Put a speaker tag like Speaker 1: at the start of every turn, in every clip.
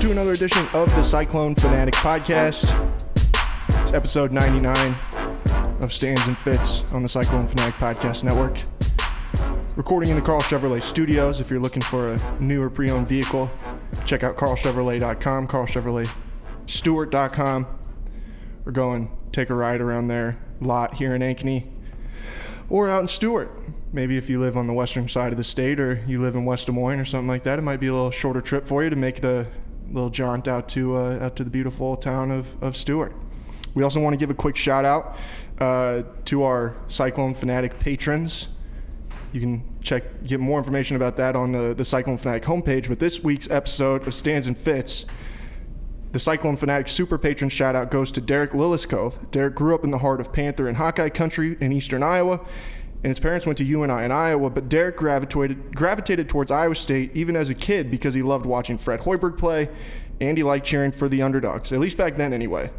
Speaker 1: to another edition of the Cyclone Fanatic Podcast. It's episode 99 of Stands and Fits on the Cyclone Fanatic Podcast Network. Recording in the Carl Chevrolet studios. If you're looking for a new or pre owned vehicle, check out carlchevrolet.com, carlchevroletstewart.com. We're going take a ride around their lot here in Ankeny or out in Stewart. Maybe if you live on the western side of the state or you live in West Des Moines or something like that, it might be a little shorter trip for you to make the little jaunt out to uh, out to the beautiful town of, of Stewart. We also want to give a quick shout out uh, to our Cyclone Fanatic patrons. You can check get more information about that on the, the Cyclone Fanatic homepage. But this week's episode of Stands and Fits the Cyclone Fanatic Super Patron shout out goes to Derek Lilliscove. Derek grew up in the heart of Panther and Hawkeye country in eastern Iowa, and his parents went to UNI in Iowa, but Derek gravitated, gravitated towards Iowa State even as a kid because he loved watching Fred Hoiberg play and he liked cheering for the underdogs, at least back then anyway.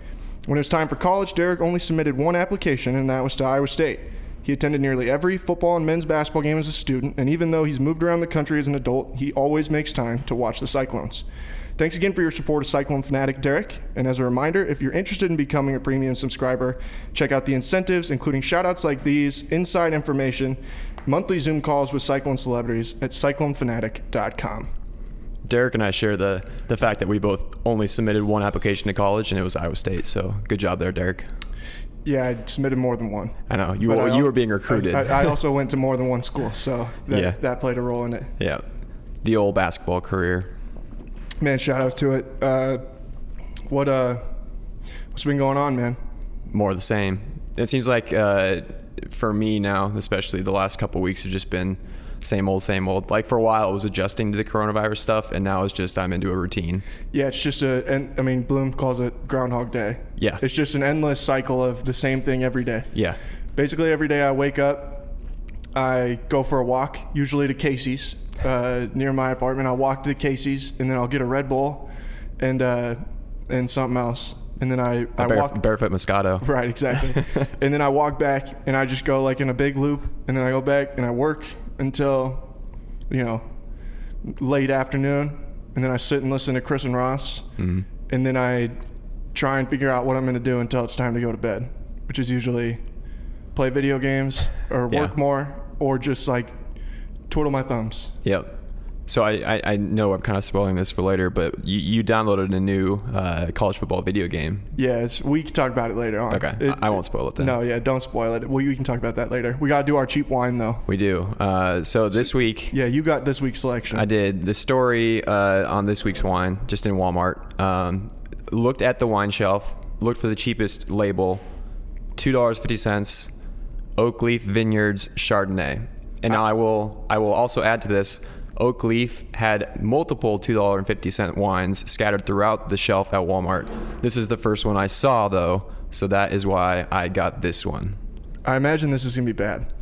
Speaker 1: When it was time for college, Derek only submitted one application, and that was to Iowa State. He attended nearly every football and men's basketball game as a student, and even though he's moved around the country as an adult, he always makes time to watch the Cyclones. Thanks again for your support of Cyclone Fanatic, Derek. And as a reminder, if you're interested in becoming a premium subscriber, check out the incentives, including shoutouts like these, inside information, monthly Zoom calls with Cyclone celebrities at cyclonefanatic.com.
Speaker 2: Derek and I share the the fact that we both only submitted one application to college, and it was Iowa State. So good job there, Derek.
Speaker 1: Yeah, I submitted more than one.
Speaker 2: I know you
Speaker 1: But
Speaker 2: were,
Speaker 1: I al-
Speaker 2: you were being recruited.
Speaker 1: I, I also went to more than one school, so that,
Speaker 2: Yeah.
Speaker 1: that played a role in it.
Speaker 2: yeah, the old basketball career.
Speaker 1: Man, shout out to it. Uh, what uh, what's been going on, man?
Speaker 2: More of the same. It seems like uh, for me now, especially the last couple weeks, have just been same old, same old. Like for a while, it was adjusting to the coronavirus stuff, and now it's just I'm into a routine.
Speaker 1: Yeah, it's just a, and I mean, Bloom calls it Groundhog Day.
Speaker 2: Yeah.
Speaker 1: it's just an endless cycle of the same thing every day.
Speaker 2: Yeah,
Speaker 1: Basically, every day I wake up, I go for a walk, usually to Casey's uh, near my apartment. I walk to the Casey's, and then I'll get a Red Bull, and uh, and something else, and then I I
Speaker 2: Baref-
Speaker 1: walk
Speaker 2: barefoot Moscato.
Speaker 1: Right, exactly. and then I walk back and I just go like in a big loop and then I go back and I work until, you know, late afternoon. And then I sit and listen to Chris and Ross.
Speaker 2: Mm-hmm.
Speaker 1: And then I try and figure out what I'm going to do until it's time to go to bed, which is usually play video games or work
Speaker 2: Yeah.
Speaker 1: more or just like twiddle my thumbs.
Speaker 2: Yep. So I, I, I know I'm kind of spoiling this for later, but you, you downloaded a new uh, college football video game.
Speaker 1: Yeah, it's, we can talk about it later on.
Speaker 2: Okay,
Speaker 1: It-
Speaker 2: I I won't spoil it then.
Speaker 1: no, yeah, don't spoil it. Well, we can talk about that later. We got to do our cheap wine though.
Speaker 2: We do. Uh, so this week,
Speaker 1: Yeah, you got this week's selection.
Speaker 2: I did the story uh, on this week's wine, just in Walmart. Um, looked at the wine shelf, looked for the cheapest label, two dollars fifty cents, Oak Leaf Vineyards Chardonnay. And now I will, I will also add to this. Oak Leaf had multiple two dollar and fifty cent wines scattered throughout the shelf at Walmart. This is the first one I saw though, so that is why I got this one.
Speaker 1: I imagine this is gonna be bad.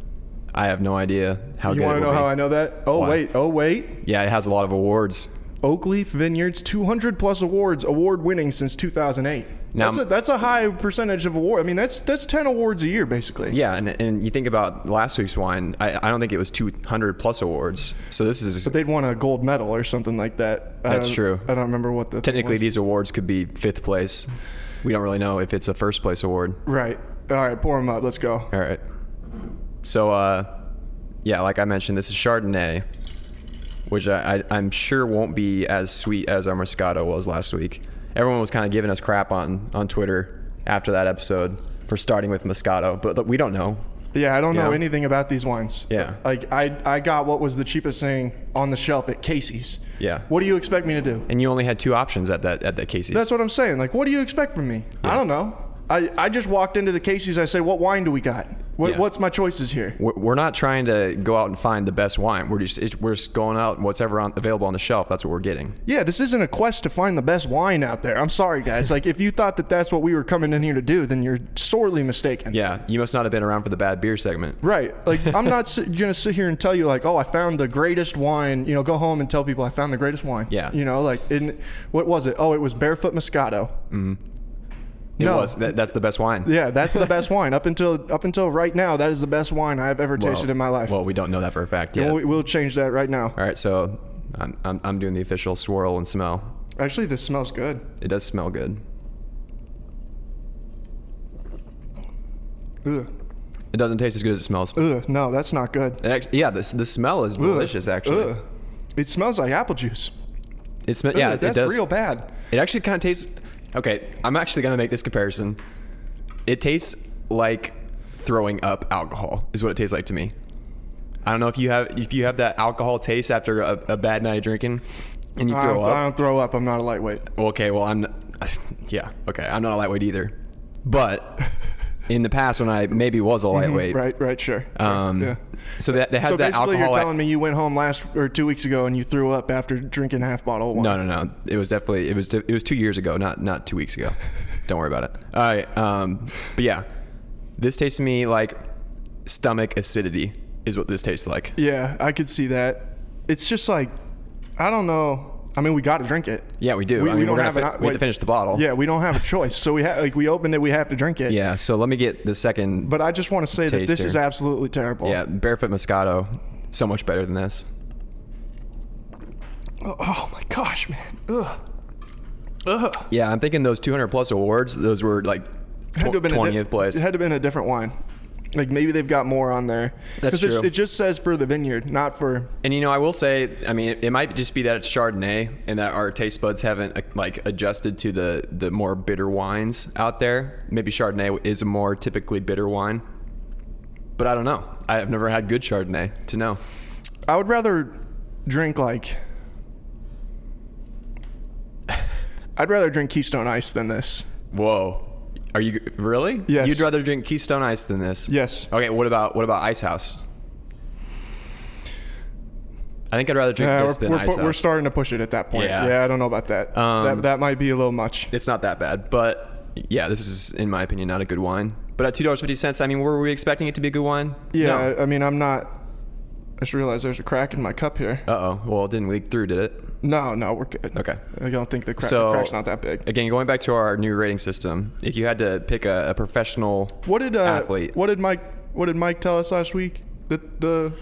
Speaker 2: I have no idea how
Speaker 1: You
Speaker 2: good
Speaker 1: want
Speaker 2: it
Speaker 1: to
Speaker 2: will
Speaker 1: know
Speaker 2: be.
Speaker 1: how I know that? Oh
Speaker 2: Why?
Speaker 1: wait, oh wait.
Speaker 2: Yeah, it has a lot of awards.
Speaker 1: Oakleaf Vineyards, 200 plus awards, award winning since 2008.
Speaker 2: Now-
Speaker 1: that's, a, that's a high percentage of award. I mean, that's that's 10 awards a year basically.
Speaker 2: Yeah, and, and you think about last week's wine, I, I don't think it was 200 plus awards. So this is
Speaker 1: They'd won a gold medal or something like that. I
Speaker 2: That's
Speaker 1: don't-
Speaker 2: true.
Speaker 1: I don't remember what the thing
Speaker 2: technically
Speaker 1: was.
Speaker 2: these awards could be fifth place. We don't really know if it's a first place award.
Speaker 1: right. All right, pour them up. Let's go.
Speaker 2: All right. So, uh, yeah, like I mentioned, this is Chardonnay, which I, I, I'm sure won't be as sweet as our Moscato was last week. Everyone was kind of giving us crap on, on Twitter after that episode for starting with Moscato, but look, we don't know.
Speaker 1: Yeah, I don't know
Speaker 2: Yeah.
Speaker 1: anything about these wines.
Speaker 2: Yeah.
Speaker 1: Like I I got what was the cheapest thing on the shelf at Casey's.
Speaker 2: Yeah.
Speaker 1: What do you expect me to do?
Speaker 2: And you only had two options at that at that Casey's.
Speaker 1: That's what I'm saying. Like, what do you expect from me? I don't know. I, I just walked into the Casey's. I say, what wine do we got? What,
Speaker 2: Yeah.
Speaker 1: What's my choices here?
Speaker 2: We're we're not trying to go out and find the best wine. We're just it's, we're just going out and whatever on, available on the shelf. That's what we're getting.
Speaker 1: Yeah, this isn't a quest to find the best wine out there. I'm sorry, guys. like, if you thought that that's what we were coming in here to do, then you're sorely mistaken.
Speaker 2: Yeah, you must not have been around for the bad beer segment.
Speaker 1: Right. Like, I'm not si- gonna sit here and tell you like, oh, I found the greatest wine. You know, go home and tell people I found the greatest wine.
Speaker 2: Yeah.
Speaker 1: You know, like, in, what was it? Oh, it was Barefoot Moscato.
Speaker 2: Mm. It
Speaker 1: No.
Speaker 2: was that, that's the best wine.
Speaker 1: Yeah, that's the best wine up until up until right now. That is the best wine I have ever
Speaker 2: Well-
Speaker 1: tasted in my life.
Speaker 2: Well, we don't know that for a fact yet.
Speaker 1: We'll- we'll change that right now.
Speaker 2: All right, so I'm, I'm I'm doing the official swirl and smell.
Speaker 1: Actually, this smells good.
Speaker 2: It does smell good.
Speaker 1: Ugh.
Speaker 2: It doesn't taste as good as it smells.
Speaker 1: Ugh. No, that's not good.
Speaker 2: It act- yeah, the, the smell is
Speaker 1: Ugh.
Speaker 2: delicious. Actually,
Speaker 1: Ugh. It smells like apple juice.
Speaker 2: it smells.
Speaker 1: Ugh,
Speaker 2: Yeah,
Speaker 1: that's
Speaker 2: it does.
Speaker 1: real bad.
Speaker 2: It actually kind of tastes. Okay, I'm actually gonna make this comparison. It tastes like throwing up alcohol. Is what it tastes like to me. I don't know if you have if you have that alcohol taste after a, a bad night of drinking, and you
Speaker 1: I
Speaker 2: throw
Speaker 1: don't, I
Speaker 2: up.
Speaker 1: don't throw up. I'm not a lightweight.
Speaker 2: Okay, well I'm, yeah, okay, I'm not a lightweight either, but in the past when I maybe was a lightweight,
Speaker 1: Mm-hmm, Right. Right. Sure.
Speaker 2: Um,
Speaker 1: yeah.
Speaker 2: so that, that has
Speaker 1: So
Speaker 2: that
Speaker 1: basically,
Speaker 2: alcohol.
Speaker 1: you're telling me you went home last or two weeks ago and you threw up after drinking a half bottle of wine.
Speaker 2: No, no, no. It was definitely it was it was two years ago, not not two weeks ago. Don't worry about it. All right. Um, but yeah, this tastes to me like stomach acidity is what this tastes like.
Speaker 1: Yeah, I could see that. It's just like, I don't know. I mean, we got to drink it.
Speaker 2: Yeah, we do.
Speaker 1: We-
Speaker 2: I
Speaker 1: we
Speaker 2: mean,
Speaker 1: don't
Speaker 2: we're gonna
Speaker 1: have
Speaker 2: fi-
Speaker 1: an op-
Speaker 2: we have to
Speaker 1: wait.
Speaker 2: finish the bottle.
Speaker 1: Yeah, we don't have a choice. So we ha- like we opened it. We have to drink it.
Speaker 2: Yeah. So let me get the second.
Speaker 1: But I just want to say that this
Speaker 2: Taster.
Speaker 1: is absolutely terrible.
Speaker 2: yeah, barefoot Moscato, so much better than this.
Speaker 1: Oh, oh my gosh, man. Ugh. Ugh.
Speaker 2: Yeah, I'm thinking those 200 plus awards. Those were like
Speaker 1: It had to have been a di-
Speaker 2: 20th place.
Speaker 1: It had to have been a different wine. Like maybe they've got more on there.
Speaker 2: That's
Speaker 1: 'Cause it-
Speaker 2: true.
Speaker 1: It, just says for the vineyard, not for.
Speaker 2: And you know, I will say, I mean, it, it might just be that it's Chardonnay and that our taste buds haven't uh, like adjusted to the the more bitter wines out there. Maybe Chardonnay is a more typically bitter wine, but I don't know. I have never had good Chardonnay to know.
Speaker 1: I would rather drink like. I'd rather drink Keystone Ice than this.
Speaker 2: Whoa, are you really?
Speaker 1: Yes.
Speaker 2: You'd rather drink Keystone Ice than this?
Speaker 1: Yes.
Speaker 2: Okay. What about what about Ice House? I think I'd rather drink
Speaker 1: Yeah,
Speaker 2: this
Speaker 1: we're,
Speaker 2: than
Speaker 1: we're,
Speaker 2: Ice
Speaker 1: pu- we're
Speaker 2: House.
Speaker 1: starting to push it at that point.
Speaker 2: Yeah.
Speaker 1: Yeah, I don't know about that.
Speaker 2: Um,
Speaker 1: that. That might be a little much.
Speaker 2: it's not that bad. But yeah, this is, in my opinion, not a good wine. But at two dollars fifty cents, I mean, were we expecting it to be a good wine?
Speaker 1: Yeah, I, I mean, I'm not. I just realized there's a crack in my cup here.
Speaker 2: Uh oh. Well, it didn't leak through, did it?
Speaker 1: No, no, we're good.
Speaker 2: Okay.
Speaker 1: I don't think the, crack,
Speaker 2: So-
Speaker 1: the crack's not that big.
Speaker 2: Again, going back to our new rating system, if you had to pick a, a professional,
Speaker 1: What did uh,
Speaker 2: athlete.
Speaker 1: What did Mike? What did Mike tell us last week? That the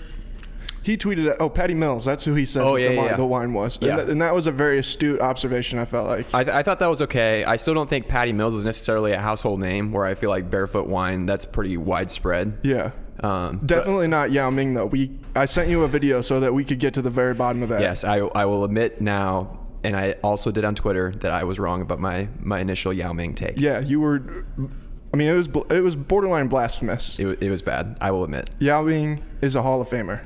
Speaker 1: he tweeted. At, oh, Patty Mills. That's who he said
Speaker 2: Oh,
Speaker 1: that the,
Speaker 2: yeah,
Speaker 1: wine,
Speaker 2: yeah.
Speaker 1: the wine was.
Speaker 2: Yeah.
Speaker 1: And, that, and that was a very astute observation. I felt like.
Speaker 2: I, th- I thought that was okay. I still don't think Patty Mills is necessarily a household name. Where I feel like Barefoot Wine, that's pretty widespread.
Speaker 1: yeah.
Speaker 2: Um, but
Speaker 1: Definitely not Yao Ming though. We I sent you a video so that we could get to the very bottom of that.
Speaker 2: yes, I, I will admit now, and I also did on Twitter that I was wrong about my my initial Yao Ming take.
Speaker 1: Yeah, you were. I mean, it was bl- it was borderline blasphemous.
Speaker 2: It, wa- it was bad. I will admit.
Speaker 1: Yao Ming is a Hall of Famer.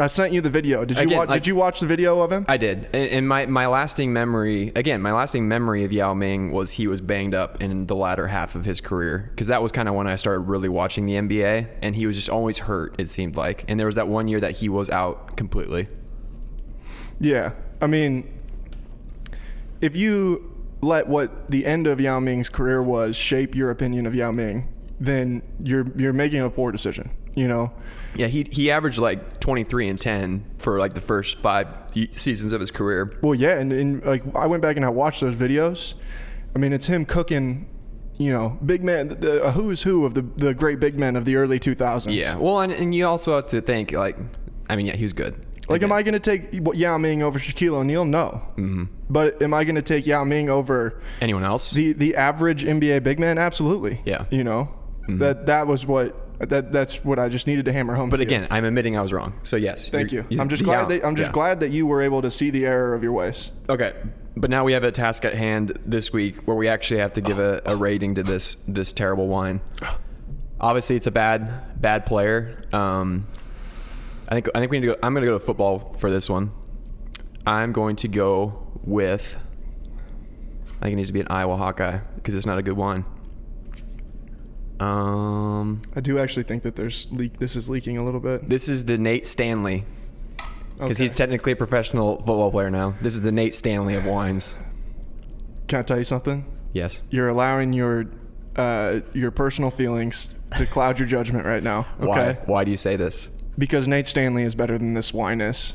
Speaker 1: I sent you the video. Did you
Speaker 2: Again,
Speaker 1: watch?
Speaker 2: like-
Speaker 1: did you watch the video of him?
Speaker 2: I did. And, and my, my lasting memory, again, my lasting memory of Yao Ming was he was banged up in the latter half of his career because that was kind of when I started really watching the NBA and he was just always hurt, it seemed like. And there was that one year that he was out completely.
Speaker 1: yeah, I mean, if you let what the end of Yao Ming's career was shape your opinion of Yao Ming, then you're you're making a poor decision. You know,
Speaker 2: Yeah, he, he averaged like 23 and 10 for like the first five y- seasons of his career.
Speaker 1: Well, yeah, and, and like I went back and I watched those videos. I mean, it's him cooking, you know, big man, the, a who's who of the the great big men of the early 2000s.
Speaker 2: Yeah. Well, and, and you also have to think, like, I mean, yeah, he was good.
Speaker 1: Like, am I going to take Yao Ming over Shaquille O'Neal? No. Mm-hmm. But am I going to take Yao Ming over
Speaker 2: Anyone else?
Speaker 1: the the average NBA big man? Absolutely.
Speaker 2: Yeah. Mm-hmm.
Speaker 1: You know, that that was what that that's what I just needed to hammer home.
Speaker 2: but again, I'm admitting I was wrong. So, yes.
Speaker 1: thank
Speaker 2: you're-
Speaker 1: you. I'm just glad that I'm just
Speaker 2: yeah.
Speaker 1: glad that you were able to see the error of your ways.
Speaker 2: Okay, but now we have a task at hand this week where we actually have to give a, a rating to this this terrible wine. Obviously, it's a bad bad player. Um, I think I think we need to. Go, I'm going to go to football for this one. I'm going to go with. I think it needs to be an Iowa Hawkeye because it's not a good wine. Um,
Speaker 1: I do actually think that there's leak. This is leaking a little bit
Speaker 2: this is the Nate Stanley because
Speaker 1: Okay.
Speaker 2: he's technically a professional football player now. This is the Nate Stanley of wines.
Speaker 1: Can I tell you something?
Speaker 2: Yes.
Speaker 1: You're allowing your uh, your personal feelings to cloud your judgment right now. Okay.
Speaker 2: Why? Why do you say this?
Speaker 1: Because Nate Stanley is better than this wine is.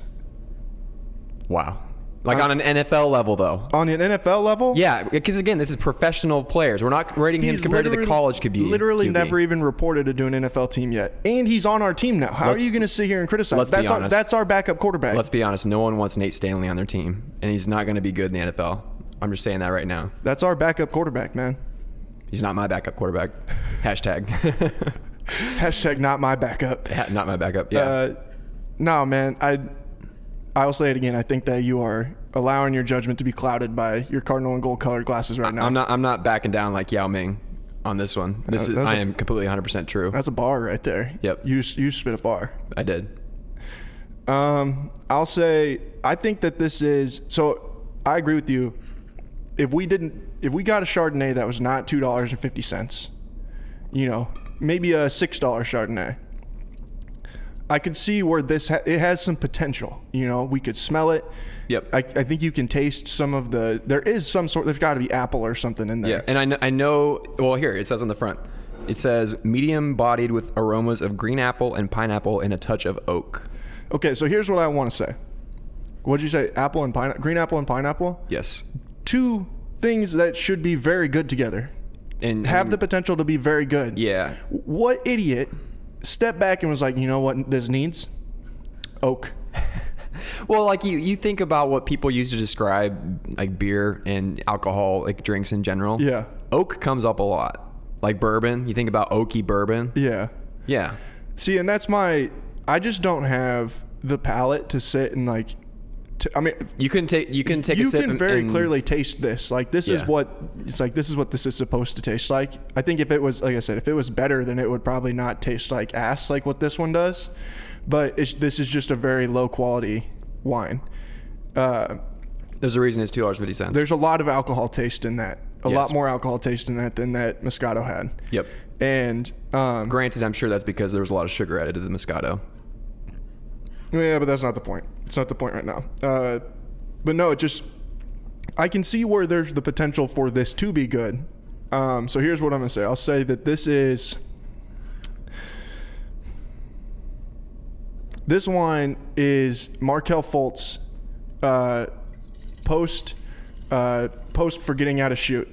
Speaker 2: Wow. Like
Speaker 1: I'm-
Speaker 2: on an NFL level, though.
Speaker 1: On an NFL level,
Speaker 2: Yeah, because again, this is professional players. We're not rating him
Speaker 1: he's
Speaker 2: compared to the
Speaker 1: literally-
Speaker 2: college could be.
Speaker 1: Literally
Speaker 2: QB.
Speaker 1: never even reported to do an NFL team yet. And he's on our team now. How
Speaker 2: Let's-
Speaker 1: are you going to sit here and criticize?
Speaker 2: let's be
Speaker 1: that's our
Speaker 2: honest.
Speaker 1: that's our backup quarterback.
Speaker 2: Let's be honest. No one wants Nate Stanley on their team, and he's not going to be good in the NFL. I'm just saying that right now.
Speaker 1: That's our backup quarterback, man.
Speaker 2: He's not my backup quarterback. Hashtag.
Speaker 1: Hashtag not my backup.
Speaker 2: Ha- not my backup. Yeah.
Speaker 1: Uh, no, man. I I'll say it again. I think that you are allowing your judgment to be clouded by your cardinal and gold colored glasses right now.
Speaker 2: I'm not. I'm not backing down like Yao Ming on this one. This
Speaker 1: Uh,
Speaker 2: is.
Speaker 1: that's
Speaker 2: I
Speaker 1: a-
Speaker 2: am completely 100 percent true.
Speaker 1: That's a bar right there.
Speaker 2: Yep.
Speaker 1: You you spit a bar.
Speaker 2: I did.
Speaker 1: Um, I'll say I think that this is so. I agree with you. If we didn't, if we got a Chardonnay that was not two dollars and fifty cents, you know, maybe a six dollar Chardonnay, I could see where this ha- it has some potential. You know, we could smell it.
Speaker 2: Yep.
Speaker 1: I, I think you can taste some of the. There is some sort. There's got to be apple or something in there.
Speaker 2: Yeah, and I know, I know. Well, here it says on the front, it says medium bodied with aromas of green apple and pineapple and a touch of oak.
Speaker 1: Okay, so here's what I want to say. What'd you say? Apple and pineapple, green apple and pineapple.
Speaker 2: Yes,
Speaker 1: Two things that should be very good together.
Speaker 2: and
Speaker 1: have
Speaker 2: and-
Speaker 1: the potential to be very good.
Speaker 2: yeah.
Speaker 1: What idiot stepped back and was like, you know what this needs? Oak.
Speaker 2: Well, like you, you think about what people use to describe like beer and alcohol, like drinks in general.
Speaker 1: Yeah.
Speaker 2: oak comes up a lot. Like bourbon, you think about oaky bourbon.
Speaker 1: Yeah.
Speaker 2: Yeah,
Speaker 1: See, and that's my. I just don't have the palate to sit and like. To, I mean,
Speaker 2: you can take you can take a
Speaker 1: you
Speaker 2: sip
Speaker 1: can
Speaker 2: and-
Speaker 1: very
Speaker 2: and-
Speaker 1: clearly taste this. Like this is
Speaker 2: Yeah.
Speaker 1: what it's like. This is what this is supposed to taste like. I think if it was, like I said, if it was better, then it would probably not taste like ass, like what this one does. But it's, this is just a very low quality wine. Uh,
Speaker 2: There's a reason it's two dollars fifty cents.
Speaker 1: there's a lot of alcohol taste in that. A
Speaker 2: Yes.
Speaker 1: lot more alcohol taste in that than that Moscato had.
Speaker 2: Yep.
Speaker 1: And um,
Speaker 2: Granted, I'm sure that's because there was a lot of sugar added to the Moscato.
Speaker 1: yeah, but that's not the point. It's not the point right now. Uh, but no, it just I can see where there's the potential for this to be good. Um, so here's what I'm gonna say. I'll say that this is this wine is Markel Foltz uh, post uh, post for getting out of shoot,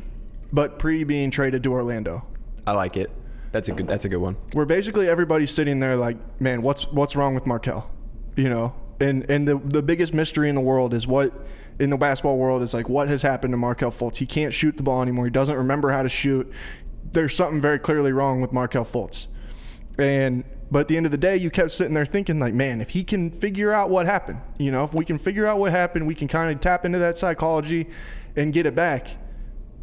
Speaker 1: but pre being traded to Orlando.
Speaker 2: I like it. That's a good. That's a good one.
Speaker 1: where basically everybody's sitting there like, man, what's what's wrong with Markel? You know, and and the the biggest mystery in the world is what in the basketball world is like what has happened to Markel Fultz? He can't shoot the ball anymore. He doesn't remember how to shoot. There's something very clearly wrong with Markel Fultz. And but at the end of the day, you kept sitting there thinking like, man, if he can figure out what happened, you know, if we can figure out what happened, we can kind of tap into that psychology and get it back.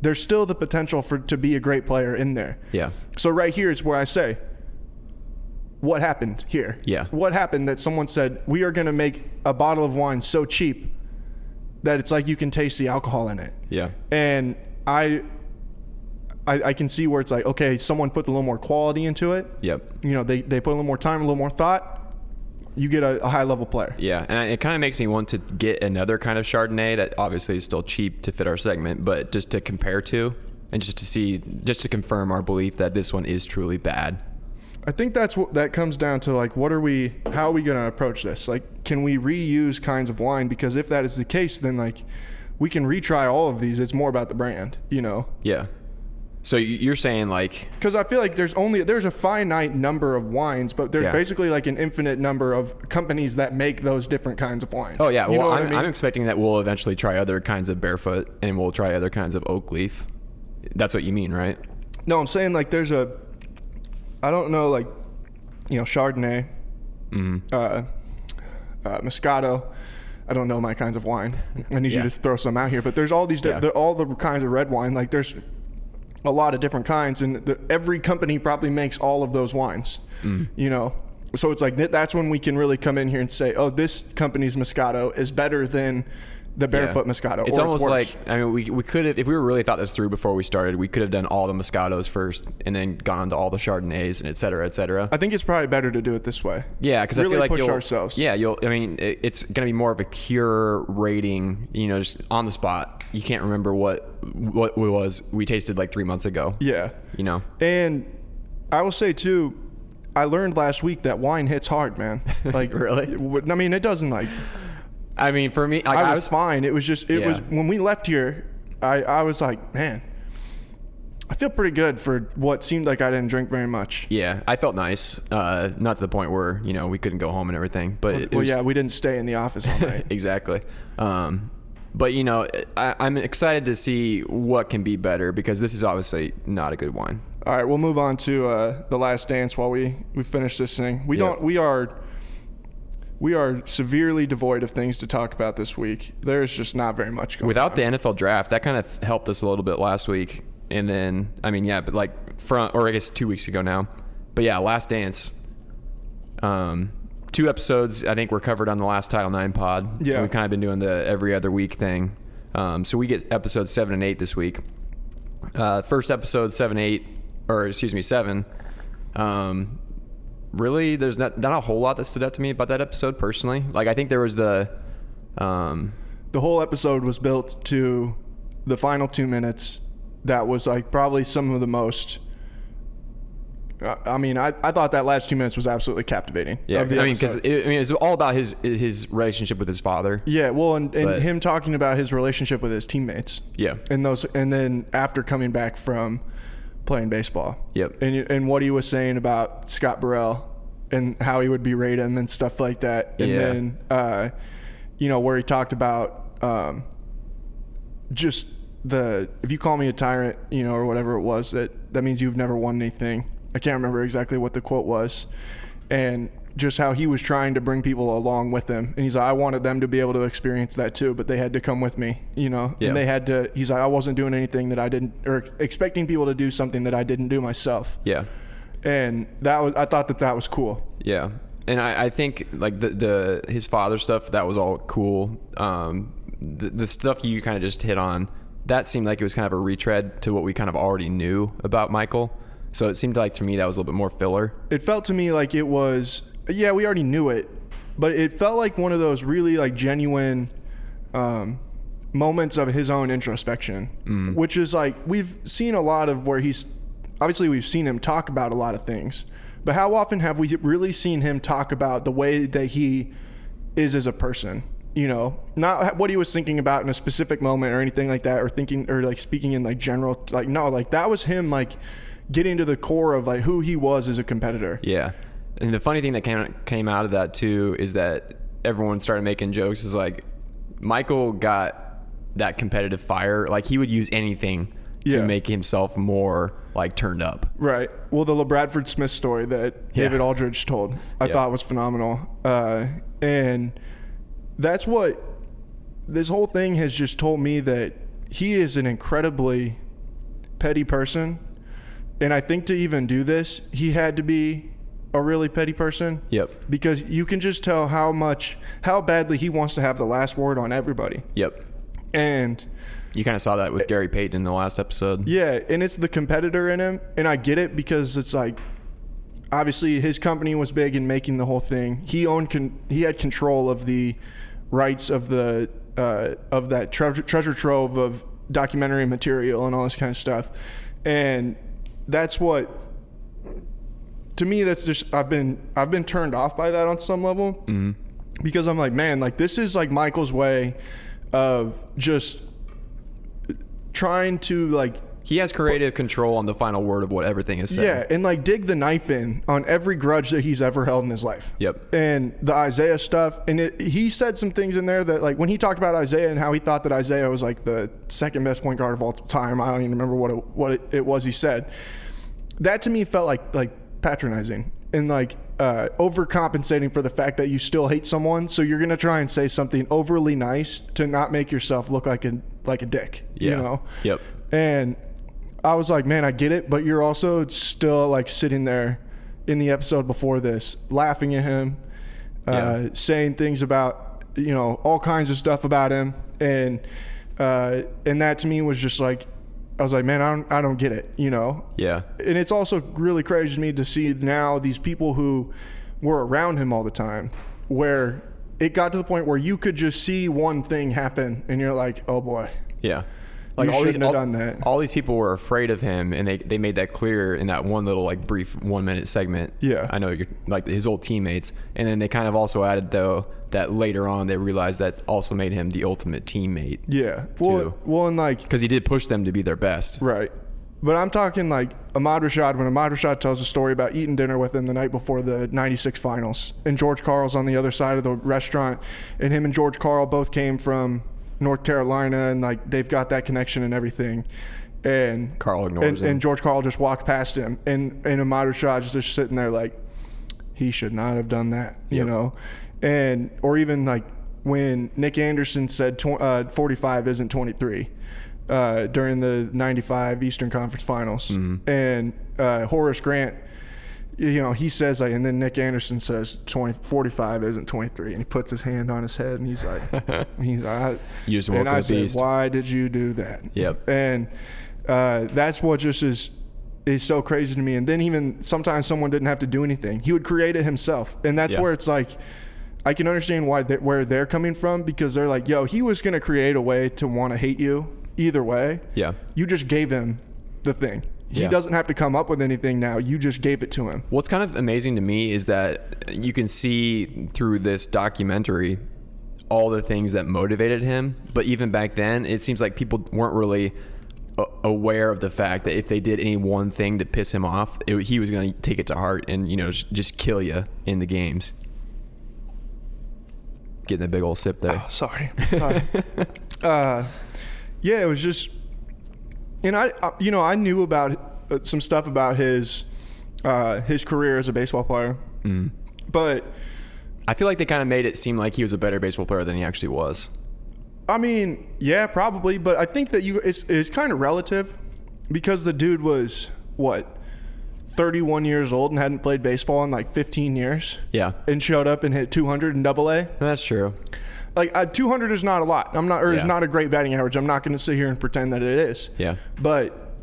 Speaker 1: There's still the potential for to be a great player in there.
Speaker 2: Yeah.
Speaker 1: So right here is where I say, what happened here?
Speaker 2: Yeah.
Speaker 1: What happened that someone said we are going to make a bottle of wine so cheap that it's like you can taste the alcohol in it?
Speaker 2: Yeah.
Speaker 1: And I, I, I can see where it's like okay, someone put a little more quality into it.
Speaker 2: Yep.
Speaker 1: You know, they they put a little more time, a little more thought. You get a, a high level player.
Speaker 2: Yeah, and I- it kind of makes me want to get another kind of Chardonnay that obviously is still cheap to fit our segment, but just to compare to and just to see, just to confirm our belief that this one is truly bad.
Speaker 1: I think that's what that comes down to like what are we how are we going to approach this? Like can we reuse kinds of wine because if that is the case then like we can retry all of these. It's more about the brand, you know.
Speaker 2: Yeah. So you- you're saying like,
Speaker 1: Cuz I feel like there's only there's a finite number of wines, but there's
Speaker 2: Yeah.
Speaker 1: basically like an infinite number of companies that make those different kinds of wine.
Speaker 2: oh yeah,
Speaker 1: you
Speaker 2: well
Speaker 1: know what
Speaker 2: I'm,
Speaker 1: I mean?
Speaker 2: I'm expecting that we'll eventually try other kinds of barefoot and we'll try other kinds of oak leaf. That's what you mean, right?
Speaker 1: No, I'm saying like there's a, I don't know like, you know Chardonnay,
Speaker 2: Mm-hmm.
Speaker 1: uh, uh, Moscato. I don't know my kinds of wine. I need
Speaker 2: Yeah.
Speaker 1: you to throw some out here. But there's all these di-
Speaker 2: Yeah.
Speaker 1: the, all the kinds of red wine. Like there's a lot of different kinds, and the, every company probably makes all of those wines.
Speaker 2: Mm.
Speaker 1: You know. So it's like th- that's when we can really come in here and say, oh, this company's Moscato is better than the Barefoot
Speaker 2: Yeah.
Speaker 1: Moscato.
Speaker 2: It's
Speaker 1: or
Speaker 2: almost
Speaker 1: worse.
Speaker 2: like I mean, we, we could have if we were really thought this through before we started, we could have done all the Moscatos first and then gone to all the Chardonnays and et cetera, et cetera.
Speaker 1: I think it's probably better to do it this way.
Speaker 2: Yeah, because
Speaker 1: Really
Speaker 2: I feel like
Speaker 1: push
Speaker 2: you'll,
Speaker 1: ourselves.
Speaker 2: Yeah, you'll. I mean, it, it's going to be more of a pure rating. You know, just on the spot. You can't remember what what it was we tasted like three months ago.
Speaker 1: Yeah.
Speaker 2: You know.
Speaker 1: And I will say too, I learned last week that wine hits hard, man. Like
Speaker 2: Really?
Speaker 1: w- I mean, it doesn't like.
Speaker 2: I mean, for me, like,
Speaker 1: I was fine. It was just it
Speaker 2: Yeah.
Speaker 1: was when we left here. I I was like, man, I feel pretty good for what seemed like I didn't drink very much.
Speaker 2: Yeah, I felt nice. Uh, not to the point where you know we couldn't go home and everything, but it, it
Speaker 1: Well,
Speaker 2: was,
Speaker 1: yeah, we didn't stay in the office all night.
Speaker 2: exactly. Um, But you know, I, I'm excited to see what can be better because this is obviously not a good wine.
Speaker 1: All right, we'll move on to uh, the last dance while we we finish this thing. We
Speaker 2: Yep.
Speaker 1: don't. We are. We are severely devoid of things to talk about this week. There is just not very much going.
Speaker 2: Without the NFL draft, that kind of helped us a little bit last week. And then, I mean, yeah, but like front, or I guess two weeks ago now. But yeah, Last Dance. Um, two episodes I think were covered on the last Title Nine pod.
Speaker 1: Yeah.
Speaker 2: we've kind of been doing the every other week thing. Um, so we get episodes seven and eight this week. Uh, first episode seven eight, or excuse me seven. Um, really, there's not not a whole lot that stood out to me about that episode personally. Like I think there was the. Um,
Speaker 1: the whole episode was built to the final two minutes. That was like probably some of the most. I I mean, I, I thought that last two minutes was absolutely captivating.
Speaker 2: Yeah,
Speaker 1: of the
Speaker 2: I mean, because
Speaker 1: episode.
Speaker 2: I mean, it's all about his his relationship with his father.
Speaker 1: yeah, well, and, and
Speaker 2: But-
Speaker 1: him talking about his relationship with his teammates.
Speaker 2: Yeah,
Speaker 1: and those and then after coming back from playing baseball.
Speaker 2: Yep.
Speaker 1: And you- and what he was saying about Scott Burrell and how he would berate him and stuff like that. And
Speaker 2: Yeah.
Speaker 1: then uh you know where he talked about um just the if you call me a tyrant, you know, or whatever it was, that that means you've never won anything. I can't remember exactly what the quote was. And just how he was trying to bring people along with him. And he's like, I wanted them to be able to experience that too, but they had to come with me, you know?
Speaker 2: Yeah.
Speaker 1: And they had to, he's like, I wasn't doing anything that I didn't, or expecting people to do something that I didn't do myself.
Speaker 2: yeah,
Speaker 1: And that was, I thought that that was cool.
Speaker 2: yeah. And I, I think like the the his father stuff that was all cool. Um, the, the stuff you kind of just hit on that seemed like it was kind of a retread to what we kind of already knew about Michael. So it seemed like to me that was a little bit more filler.
Speaker 1: it felt to me like it was yeah we already knew it but it felt like one of those really like genuine um, moments of his own introspection which is like we've seen a lot of where he's obviously we've seen him talk about a lot of things but how often have we really seen him talk about the way that he is as a person you know not what he was thinking about in a specific moment or anything like that or thinking or like speaking in like general like no like that was him like getting to the core of like who he was as a competitor
Speaker 2: Yeah. And the funny thing that came came out of that too is that everyone started making jokes. Is like Michael got that competitive fire. Like he would use anything
Speaker 1: Yeah.
Speaker 2: to make himself more like turned up.
Speaker 1: Right. Well, the LeBradford Smith story that David Aldridge told, I
Speaker 2: Yeah.
Speaker 1: thought was phenomenal. Uh, and that's what this whole thing has just told me that he is an incredibly petty person. And I think to even do this, he had to be a really petty person.
Speaker 2: Yep.
Speaker 1: Because you can just tell how much, how badly he wants to have the last word on everybody.
Speaker 2: Yep.
Speaker 1: And
Speaker 2: You kind of saw that with Gary Payton in the last episode.
Speaker 1: yeah, and it's the competitor in him, and I get it because it's like obviously his company was big in making the whole thing. He owned con- he had control of the rights of the uh, of that treasure, treasure trove of documentary material and all this kind of stuff. And that's what to me that's just I've been I've been turned off by that on some level because I'm like, man, like this is like Michael's way of just trying to like
Speaker 2: He has creative control on the final word of what everything is said.
Speaker 1: yeah, and like dig the knife in on every grudge that he's ever held in his life.
Speaker 2: Yep.
Speaker 1: And the Isaiah stuff, and it, he said some things in there that like when he talked about Isaiah and how he thought that Isaiah was like the second best point guard of all time. I don't even remember what it, what it, it was he said. That to me felt like like patronizing and like uh, overcompensating for the fact that you still hate someone, so you're gonna try and say something overly nice to not make yourself look like a like a dick.
Speaker 2: Yeah.
Speaker 1: You know.
Speaker 2: Yep.
Speaker 1: And I was like, man, I get it, but you're also still like sitting there in the episode before this, laughing at him, uh,
Speaker 2: Yeah.
Speaker 1: saying things about you know all kinds of stuff about him, and uh, and that to me was just like, I was like, man, I don't, I don't get it, you know.
Speaker 2: Yeah.
Speaker 1: And it's also really crazy to me to see now these people who were around him all the time, where it got to the point where you could just see one thing happen, and you're like, oh boy,
Speaker 2: Yeah.
Speaker 1: You shouldn't have done that.
Speaker 2: All these people were afraid of him, and they, they made that clear in that one little like brief one minute segment.
Speaker 1: Yeah.
Speaker 2: I know you're like his old teammates, and then they kind of also added though that later on they realized that also made him the ultimate teammate
Speaker 1: yeah. Well,
Speaker 2: Too.
Speaker 1: well, and like
Speaker 2: because he did push them to be their best.
Speaker 1: Right. But I'm talking like Ahmad Rashad when Ahmad Rashad tells a story about eating dinner with him the night before the 96 finals. And George Carl's on the other side of the restaurant. And him and George Carl both came from North Carolina, and like they've got that connection and everything. And
Speaker 2: Carl ignores
Speaker 1: and,
Speaker 2: him.
Speaker 1: and George Carl just walked past him, and and Ahmad Rashad is just sitting there like he should not have done that, you
Speaker 2: Yep.
Speaker 1: know, and or even like when Nick Anderson said tw- uh, 45 isn't 23 uh, during the 95 Eastern Conference Finals,
Speaker 2: Mm-hmm.
Speaker 1: and uh, Horace Grant. You know, he says like, and then Nick Anderson says 20, 45 isn't 23, and he puts his hand on his head, and he's like, he's like, I,
Speaker 2: You just
Speaker 1: and
Speaker 2: woke
Speaker 1: I
Speaker 2: the
Speaker 1: said,
Speaker 2: beast.
Speaker 1: why did you do that?
Speaker 2: Yep.
Speaker 1: And uh, that's what just is is so crazy to me. And then even sometimes someone didn't have to do anything; he would create it himself. And that's
Speaker 2: Yeah.
Speaker 1: where it's like I can understand why they, where they're coming from because they're like, "Yo, he was gonna create a way to want to hate you either way.
Speaker 2: Yeah.
Speaker 1: You just gave him the thing. He
Speaker 2: Yeah.
Speaker 1: doesn't have to come up with anything now. You just gave it to him.
Speaker 2: What's kind of amazing to me is that you can see through this documentary all the things that motivated him. But even back then, it seems like people weren't really a- aware of the fact that if they did any one thing to piss him off, it, he was going to take it to heart and you know j- just kill you in the games. Getting a big old sip there.
Speaker 1: Oh, Sorry. Sorry. uh, yeah, it was just, and I, uh, you know, I knew about uh, some stuff about his uh, his career as a baseball player,
Speaker 2: Mm.
Speaker 1: but
Speaker 2: I feel like they kind of made it seem like he was a better baseball player than he actually was.
Speaker 1: I mean, yeah, probably, but I think that you it's it's kind of relative because the dude was what. 31 years old and hadn't played baseball in like 15 years
Speaker 2: Yeah,
Speaker 1: and showed up and hit 200 in double A.
Speaker 2: that's true.
Speaker 1: Like uh, 200 is not a lot. I'm not or is
Speaker 2: Yeah.
Speaker 1: not a great batting average. I'm not going to sit here and pretend that it is.
Speaker 2: Yeah.
Speaker 1: But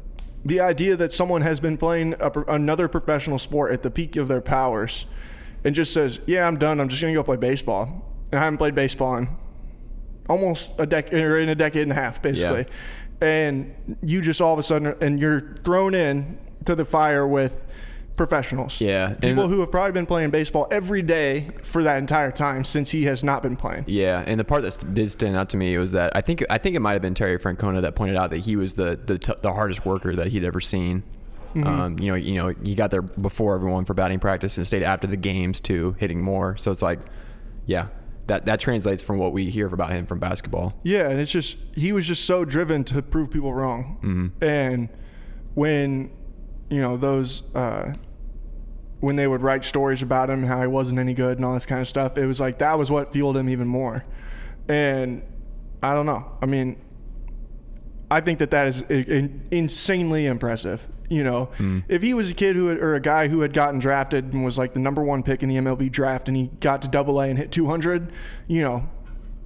Speaker 1: the idea that someone has been playing a, pro- another professional sport at the peak of their powers and just says, "Yeah, I'm done. I'm just going to go play baseball." And I haven't played baseball in almost a decade or in a decade and a half basically. And you just all of a sudden and you're thrown in to the fire with professionals.
Speaker 2: Yeah, and-
Speaker 1: People who have probably been playing baseball every day for that entire time since he has not been playing.
Speaker 2: Yeah, and the part that st- did stand out to me was that I think I think it might have been Terry Francona that pointed out that he was the the, t- the hardest worker that he'd ever seen. Um, you know, you know, he got there before everyone for batting practice and stayed after the games too, hitting more. So it's like, yeah, that that translates from what we hear about him from basketball.
Speaker 1: Yeah, and it's just he was just so driven to prove people wrong. And when you know those uh, when they would write stories about him and how he wasn't any good and all this kind of stuff, it was like that was what fueled him even more. And I don't know. I mean, I think that that is i- in- insanely impressive. You know, if he was a kid who had, or a guy who had gotten drafted and was like the number one pick in the MLB draft, and he got to Double A and hit 200, you know,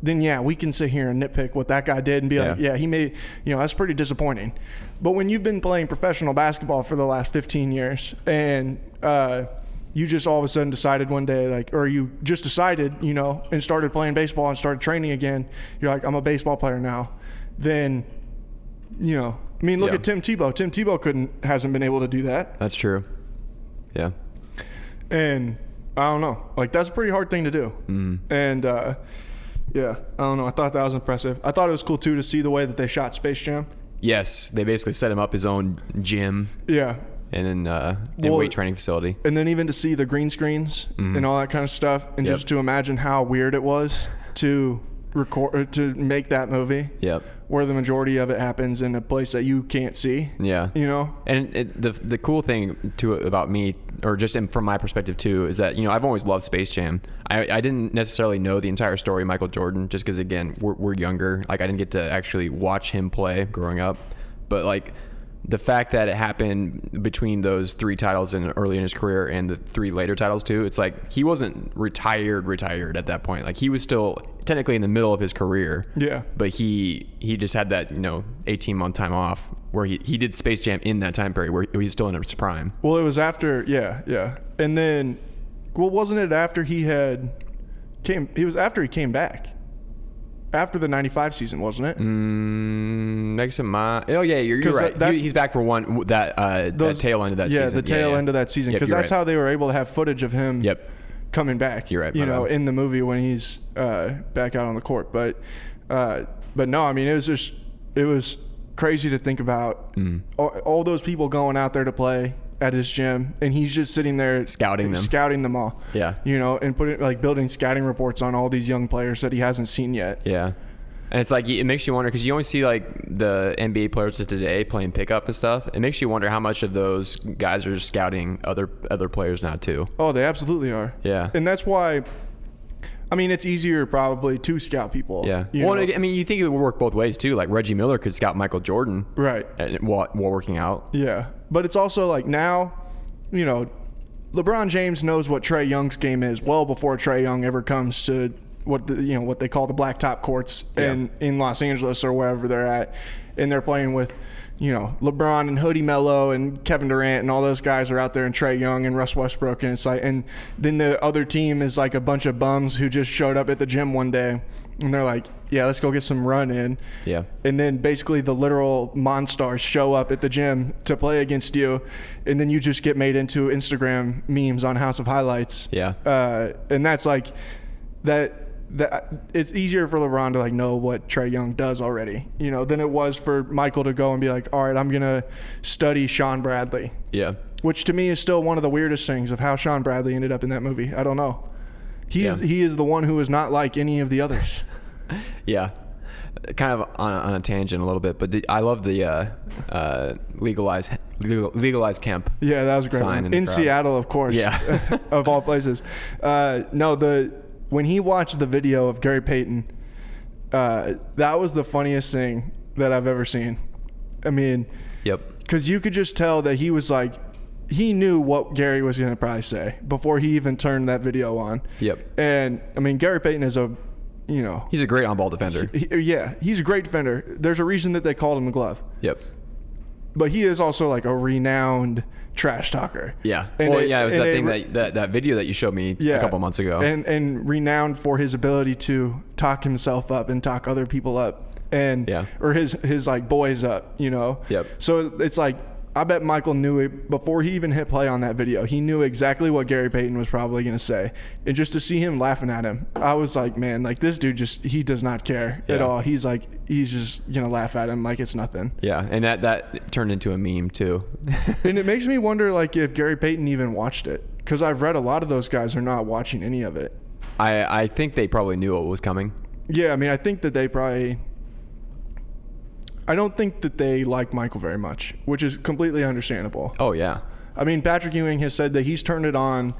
Speaker 1: then yeah, we can sit here and nitpick what that guy did and be like,
Speaker 2: Yeah.
Speaker 1: yeah, he made, you know, that's pretty disappointing. But when you've been playing professional basketball for the last 15 years, and uh, you just all of a sudden decided one day, like, or you just decided, you know, and started playing baseball and started training again, you're like, I'm a baseball player now. Then you know, I mean, look
Speaker 2: Yeah.
Speaker 1: at Tim Tebow. Tim Tebow couldn't hasn't been able to do that,
Speaker 2: That's true. Yeah,
Speaker 1: and I don't know. Like that's a pretty hard thing to do.
Speaker 2: Mm-hmm.
Speaker 1: And uh, yeah, I don't know. I thought that was impressive. I thought it was cool too to see the way that they shot Space Jam.
Speaker 2: yes, they basically set him up his own gym
Speaker 1: Yeah,
Speaker 2: and then uh, and
Speaker 1: Well-
Speaker 2: weight training facility.
Speaker 1: and then even to see the green screens and all that kind of stuff, and
Speaker 2: Mm-hmm. Yep.
Speaker 1: just to imagine how weird it was to record or to make that movie.
Speaker 2: Yep.
Speaker 1: Where the majority of it happens in a place that you can't see.
Speaker 2: Yeah.
Speaker 1: You know,
Speaker 2: And it, the the cool thing to about me, or just in, from my perspective too, is that you know I've always loved Space Jam. I, I didn't necessarily know the entire story of Michael Jordan, just because again we're, we're younger. Like I didn't get to actually watch him play growing up, but like the fact that it happened between those three titles and early in his career and the three later titles too, it's like he wasn't retired retired at that point. Like he was still technically in the middle of his career
Speaker 1: Yeah.
Speaker 2: but he he just had that you know 18 month time off where he, he did space jam in that time period where he was still in his prime
Speaker 1: Well, it was after, yeah, yeah, and then, well, wasn't it after he had came? He was after he came back, after the '95 season, wasn't it?
Speaker 2: mm, next to my oh yeah you're, you're
Speaker 1: 'Cause
Speaker 2: right
Speaker 1: that's-
Speaker 2: He- he's back for one that uh
Speaker 1: Those-
Speaker 2: that tail end of that
Speaker 1: yeah,
Speaker 2: season
Speaker 1: the tail
Speaker 2: yeah.
Speaker 1: end of that season,
Speaker 2: Yep,
Speaker 1: because
Speaker 2: you're
Speaker 1: that's
Speaker 2: right.
Speaker 1: how they were able to have footage of him.
Speaker 2: yep
Speaker 1: coming back.
Speaker 2: You're right,
Speaker 1: You
Speaker 2: my
Speaker 1: know,
Speaker 2: bad.
Speaker 1: in the movie when he's uh, back out on the court, but uh, but no, I mean it was just it was crazy to think about
Speaker 2: Mm.
Speaker 1: all, all those people going out there to play at his gym, and he's just sitting there
Speaker 2: Scouting them.
Speaker 1: scouting them all.
Speaker 2: Yeah.
Speaker 1: you know, and putting like building scouting reports on all these young players that he hasn't seen yet.
Speaker 2: yeah And it's like it makes you wonder because you only see like the NBA players of today playing pickup and stuff. It makes you wonder how much of those guys are scouting other other players now too.
Speaker 1: Oh, they absolutely are.
Speaker 2: Yeah.
Speaker 1: And that's why, I mean, it's easier probably to scout people.
Speaker 2: Yeah.
Speaker 1: you
Speaker 2: Well,
Speaker 1: know?
Speaker 2: I mean, you think it would work both ways too. Like Reggie Miller could scout Michael Jordan
Speaker 1: right.
Speaker 2: and while, while working out.
Speaker 1: Yeah. But it's also like now, you know, LeBron James knows what Trey Young's game is well before Trey Young ever comes to what the, you know what they call the blacktop courts in in Los Angeles or wherever they're at, and they're playing with. You know, LeBron and Hoodie Mello and Kevin Durant and all those guys are out there, and Trey Young and Russ Westbrook, and it's like, and then the other team is like a bunch of bums who just showed up at the gym one day, and they're like, "Yeah, let's go get some run in,"
Speaker 2: Yeah.
Speaker 1: and then basically the literal monstars show up at the gym to play against you, and then you just get made into Instagram memes on House of Highlights.
Speaker 2: Yeah.
Speaker 1: uh, and that's like that. That it's easier for LeBron to like know what Trey Young does already, you know, than it was for Michael to go and be like, all right, I'm gonna study Sean Bradley,
Speaker 2: Yeah.
Speaker 1: which to me is still one of the weirdest things of how Sean Bradley ended up in that movie. I don't know. He is
Speaker 2: Yeah.
Speaker 1: he is the one who is not like any of the others.
Speaker 2: Yeah. Kind of on a, on a tangent a little bit, but the, I love the uh, uh, legalize legal, legalize Kemp.
Speaker 1: Yeah, that was a great.
Speaker 2: sign
Speaker 1: one.
Speaker 2: in
Speaker 1: In,
Speaker 2: the crowd.
Speaker 1: Seattle, of course.
Speaker 2: Yeah.
Speaker 1: of all places. Uh, no, the when he watched the video of Gary Payton, uh, that was the funniest thing that I've ever seen. I mean,
Speaker 2: Yep.
Speaker 1: because you could just tell that he was like, he knew what Gary was going to probably say before he even turned that video on.
Speaker 2: Yep.
Speaker 1: And I mean, Gary Payton is a, you know,
Speaker 2: He's a great on ball defender.
Speaker 1: he, yeah, he's a great defender. There's a reason that they called him the glove
Speaker 2: Yep.
Speaker 1: but he is also like a renowned trash talker.
Speaker 2: Yeah.
Speaker 1: And
Speaker 2: well,
Speaker 1: a-
Speaker 2: yeah, it was
Speaker 1: and
Speaker 2: that
Speaker 1: a
Speaker 2: thing
Speaker 1: re-
Speaker 2: that, that that video that you showed me
Speaker 1: yeah,
Speaker 2: a couple months ago.
Speaker 1: and and renowned for his ability to talk himself up and talk other people up, and
Speaker 2: Yeah.
Speaker 1: or his his like boys up, you know.
Speaker 2: Yep.
Speaker 1: So it's like I bet Michael knew it before he even hit play on that video. He knew exactly what Gary Payton was probably going to say, and just to see him laughing at him, I was like, man, like this dude just he does not care at
Speaker 2: Yeah.
Speaker 1: all. He's like he's just gonna laugh at him like it's nothing.
Speaker 2: yeah, and that that turned into a meme too.
Speaker 1: And it makes me wonder, like, if Gary Payton even watched it, because I've read a lot of those guys are not watching any of it.
Speaker 2: I I think they probably knew what was coming.
Speaker 1: Yeah, I mean, I think that they probably. I don't think that they like Michael very much, which is completely understandable.
Speaker 2: Oh yeah.
Speaker 1: I mean, Patrick Ewing has said that he's turned it on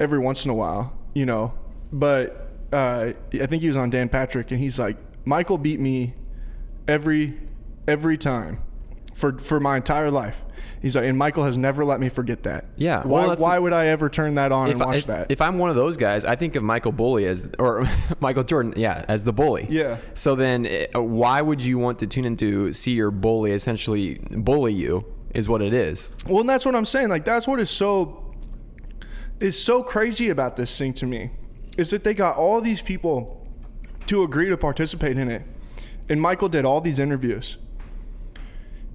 Speaker 1: every once in a while, you know, but uh, I think he was on Dan Patrick, and he's like, Michael beat me every every time for for my entire life. He's like, and Michael has never let me forget that.
Speaker 2: Yeah, well,
Speaker 1: Why,
Speaker 2: that's the-
Speaker 1: why would I ever turn that on and
Speaker 2: If, I,
Speaker 1: watch
Speaker 2: if,
Speaker 1: that?
Speaker 2: if I'm one of those guys, I think of Michael Bully as or Michael Jordan, yeah, as the bully.
Speaker 1: Yeah.
Speaker 2: So then, uh, why would you want to tune in to see your bully essentially bully you? Is what it is.
Speaker 1: Well, and that's what I'm saying. Like that's what is so is so crazy about this thing to me is that they got all these people to agree to participate in it. And Michael did all these interviews.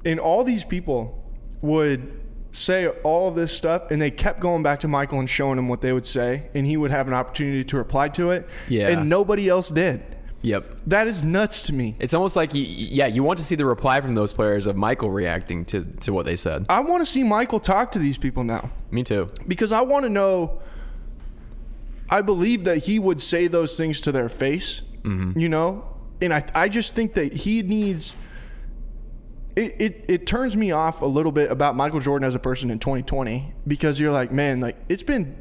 Speaker 1: And all these people would say all this stuff and they kept going back to Michael and showing him what they would say and he would have an opportunity to reply to it.
Speaker 2: Yeah.
Speaker 1: And nobody else did.
Speaker 2: Yep.
Speaker 1: That is nuts to me.
Speaker 2: It's almost like you, yeah, you want to see the reply from those players of Michael reacting to to what they said.
Speaker 1: I want to see Michael talk to these people now.
Speaker 2: Me too.
Speaker 1: because I want to know. I believe that he would say those things to their face, you know, and I I just think that he needs. It, it, it turns me off a little bit about Michael Jordan as a person in 2020 because you're like man like it's been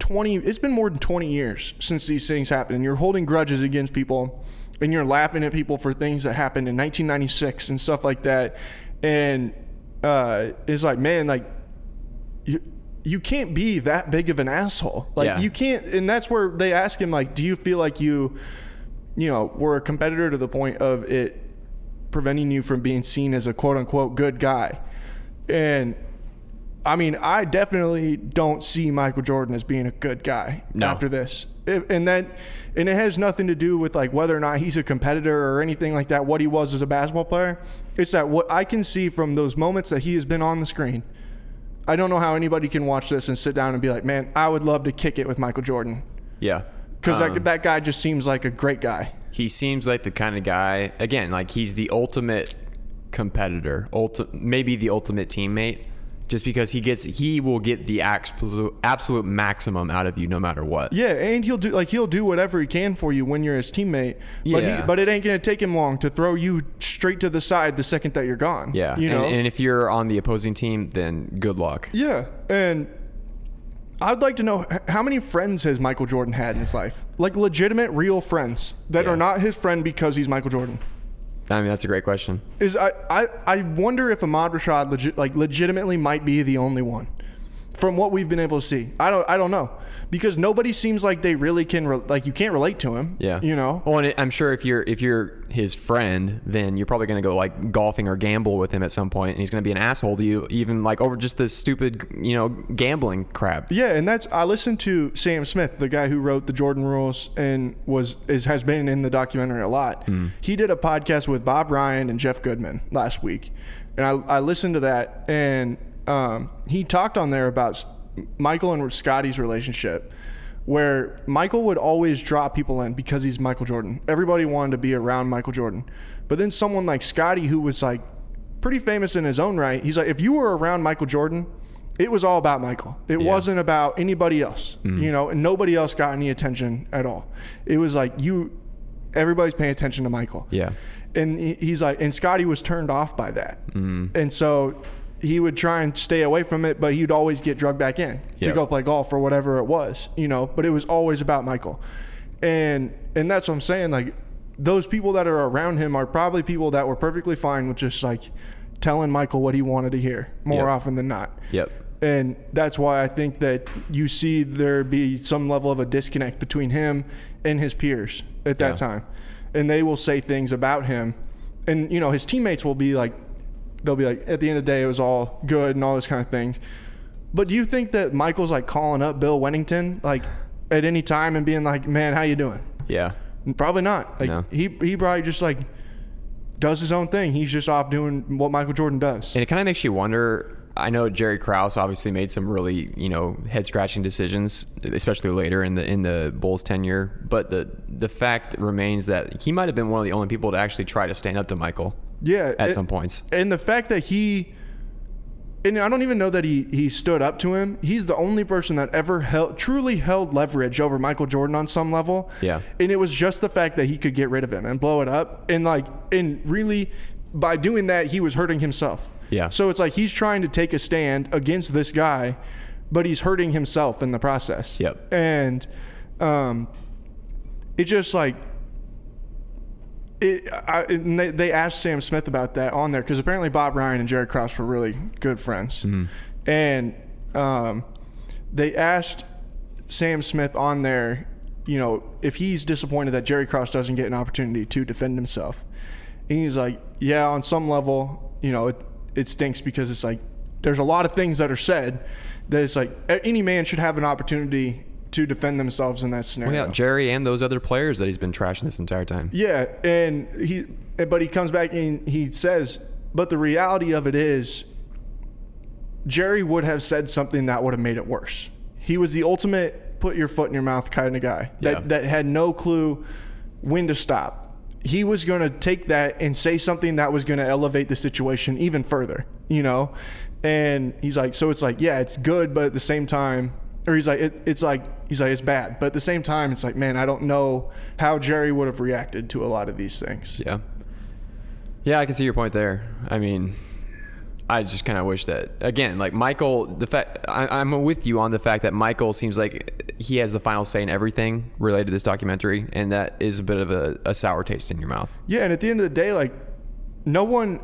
Speaker 1: 20 it's been more than 20 years since these things happened and you're holding grudges against people and you're laughing at people for things that happened in 1996 and stuff like that and uh, it's like man like you you can't be that big of an asshole. Like
Speaker 2: Yeah.
Speaker 1: you can't and that's where they ask him like do you feel like you you know, were a competitor to the point of it preventing you from being seen as a quote unquote good guy. And I mean, I definitely don't see Michael Jordan as being a good guy
Speaker 2: No.
Speaker 1: after this. It- and that and it has nothing to do with like whether or not he's a competitor or anything like that what he was as a basketball player. It's that what I can see from those moments that he has been on the screen. I don't know how anybody can watch this and sit down and be like, "Man, I would love to kick it with Michael Jordan."
Speaker 2: Yeah.
Speaker 1: Cuz that that guy just seems like a great guy.
Speaker 2: He seems like the kind of guy again, like he's the ultimate competitor, ulti- maybe the ultimate teammate just because he gets he will get the absolute absolute maximum out of you no matter what.
Speaker 1: Yeah, and he'll do like he'll do whatever he can for you when you're his teammate. But
Speaker 2: Yeah.
Speaker 1: he, but it ain't gonna take him long to throw you straight to the side the second that you're gone.
Speaker 2: Yeah,
Speaker 1: you know.
Speaker 2: and, and if you're on the opposing team, then good luck.
Speaker 1: yeah, and I'd like to know h- how many friends has Michael Jordan had in his life? Like legitimate, real friends that
Speaker 2: Yeah.
Speaker 1: are not his friend because he's Michael Jordan.
Speaker 2: I mean, that's a great question.
Speaker 1: Is I I, I wonder if Ahmad Rashad legit, like legitimately might be the only one from what we've been able to see. I don't I don't know because nobody seems like they really can re- like you can't relate to him.
Speaker 2: Yeah,
Speaker 1: you know.
Speaker 2: Well, and it- I'm sure if you're if you're his friend, then you're probably gonna go like golfing or gamble with him at some point, and he's gonna be an asshole to you, even like over just this stupid you know gambling crap.
Speaker 1: Yeah, and that's I listened to Sam Smith, the guy who wrote the Jordan Rules and was is has been in the documentary a lot. He did a podcast with Bob Ryan and Jeff Goodman last week, and I, I listened to that, and um, he talked on there about S- Michael and Scotty's relationship, where Michael would always draw people in because he's Michael Jordan. Everybody wanted to be around Michael Jordan, but then someone like Scotty, who was like pretty famous in his own right, he's like, if you were around Michael Jordan it was all about Michael. It wasn't about anybody else,
Speaker 2: Mm-hmm.
Speaker 1: you know, and nobody else got any attention at all. It was like you, everybody's paying attention to Michael.
Speaker 2: Yeah.
Speaker 1: And he- he's like, and Scotty was turned off by that.
Speaker 2: Mm-hmm.
Speaker 1: And so he would try and stay away from it, but he'd always get drugged back in
Speaker 2: Yeah.
Speaker 1: to go play golf or whatever it was, you know, but it was always about Michael. And, and that's what I'm saying. Like those people that are around him are probably people that were perfectly fine with just like telling Michael what he wanted to hear more
Speaker 2: Yeah.
Speaker 1: often than not.
Speaker 2: Yep.
Speaker 1: And that's why I think that you see there be some level of a disconnect between him and his peers at that
Speaker 2: Yeah.
Speaker 1: time. And they will say things about him. And, you know, his teammates will be like, they'll be like, at the end of the day, it was all good and all this kind of things. But do you think that Michael's like calling up Bill Wennington, like at any time and being like, man, how you doing?
Speaker 2: Yeah.
Speaker 1: Probably not. Like
Speaker 2: No.
Speaker 1: he, he probably just like does his own thing. He's just off doing what Michael Jordan does.
Speaker 2: And it kind of makes you wonder. I know Jerry Krause obviously made some really you know head scratching decisions, especially later in the in the Bulls tenure. But the the fact remains that he might have been one of the only people to actually try to stand up to Michael
Speaker 1: yeah.
Speaker 2: at
Speaker 1: it-
Speaker 2: some points.
Speaker 1: and the fact that he and I don't even know that he he stood up to him. He's the only person that ever held truly held leverage over Michael Jordan on some level.
Speaker 2: Yeah.
Speaker 1: And it was just the fact that he could get rid of him and blow it up and like and really by doing that he was hurting himself.
Speaker 2: Yeah.
Speaker 1: So it's like he's trying to take a stand against this guy, but he's hurting himself in the process.
Speaker 2: Yep.
Speaker 1: And um it just like it, I, and they, they asked Sam Smith about that on there because apparently Bob Ryan and Jared Krause were really good friends, and um, they asked Sam Smith on there, you know, if he's disappointed that Jerry Krause doesn't get an opportunity to defend himself, and he's like, yeah, on some level, you know, it it stinks because it's like there's a lot of things that are said that it's like a- any man should have an opportunity to defend themselves in that scenario.
Speaker 2: Yeah, Jerry and those other players that he's been trashing this entire time.
Speaker 1: Yeah, and he but he comes back and he says, but the reality of it is Jerry would have said something that would have made it worse. He was the ultimate put your foot in your mouth kind of guy that,
Speaker 2: Yeah.
Speaker 1: that had no clue when to stop. He was going to take that and say something that was going to elevate the situation even further, you know? And he's like, so it's like, yeah, it's good, but at the same time, or he's like, it, it's like, he's like, it's bad. But at the same time, it's like, man, I don't know how Jerry would have reacted to a lot of these things.
Speaker 2: Yeah. Yeah, I can see your point there. I mean, I just kind of wish that again, like Michael. The fact I, I'm with you on the fact that Michael seems like he has the final say in everything related to this documentary, and that is a bit of a, a sour taste in your mouth.
Speaker 1: Yeah, and at the end of the day, like no one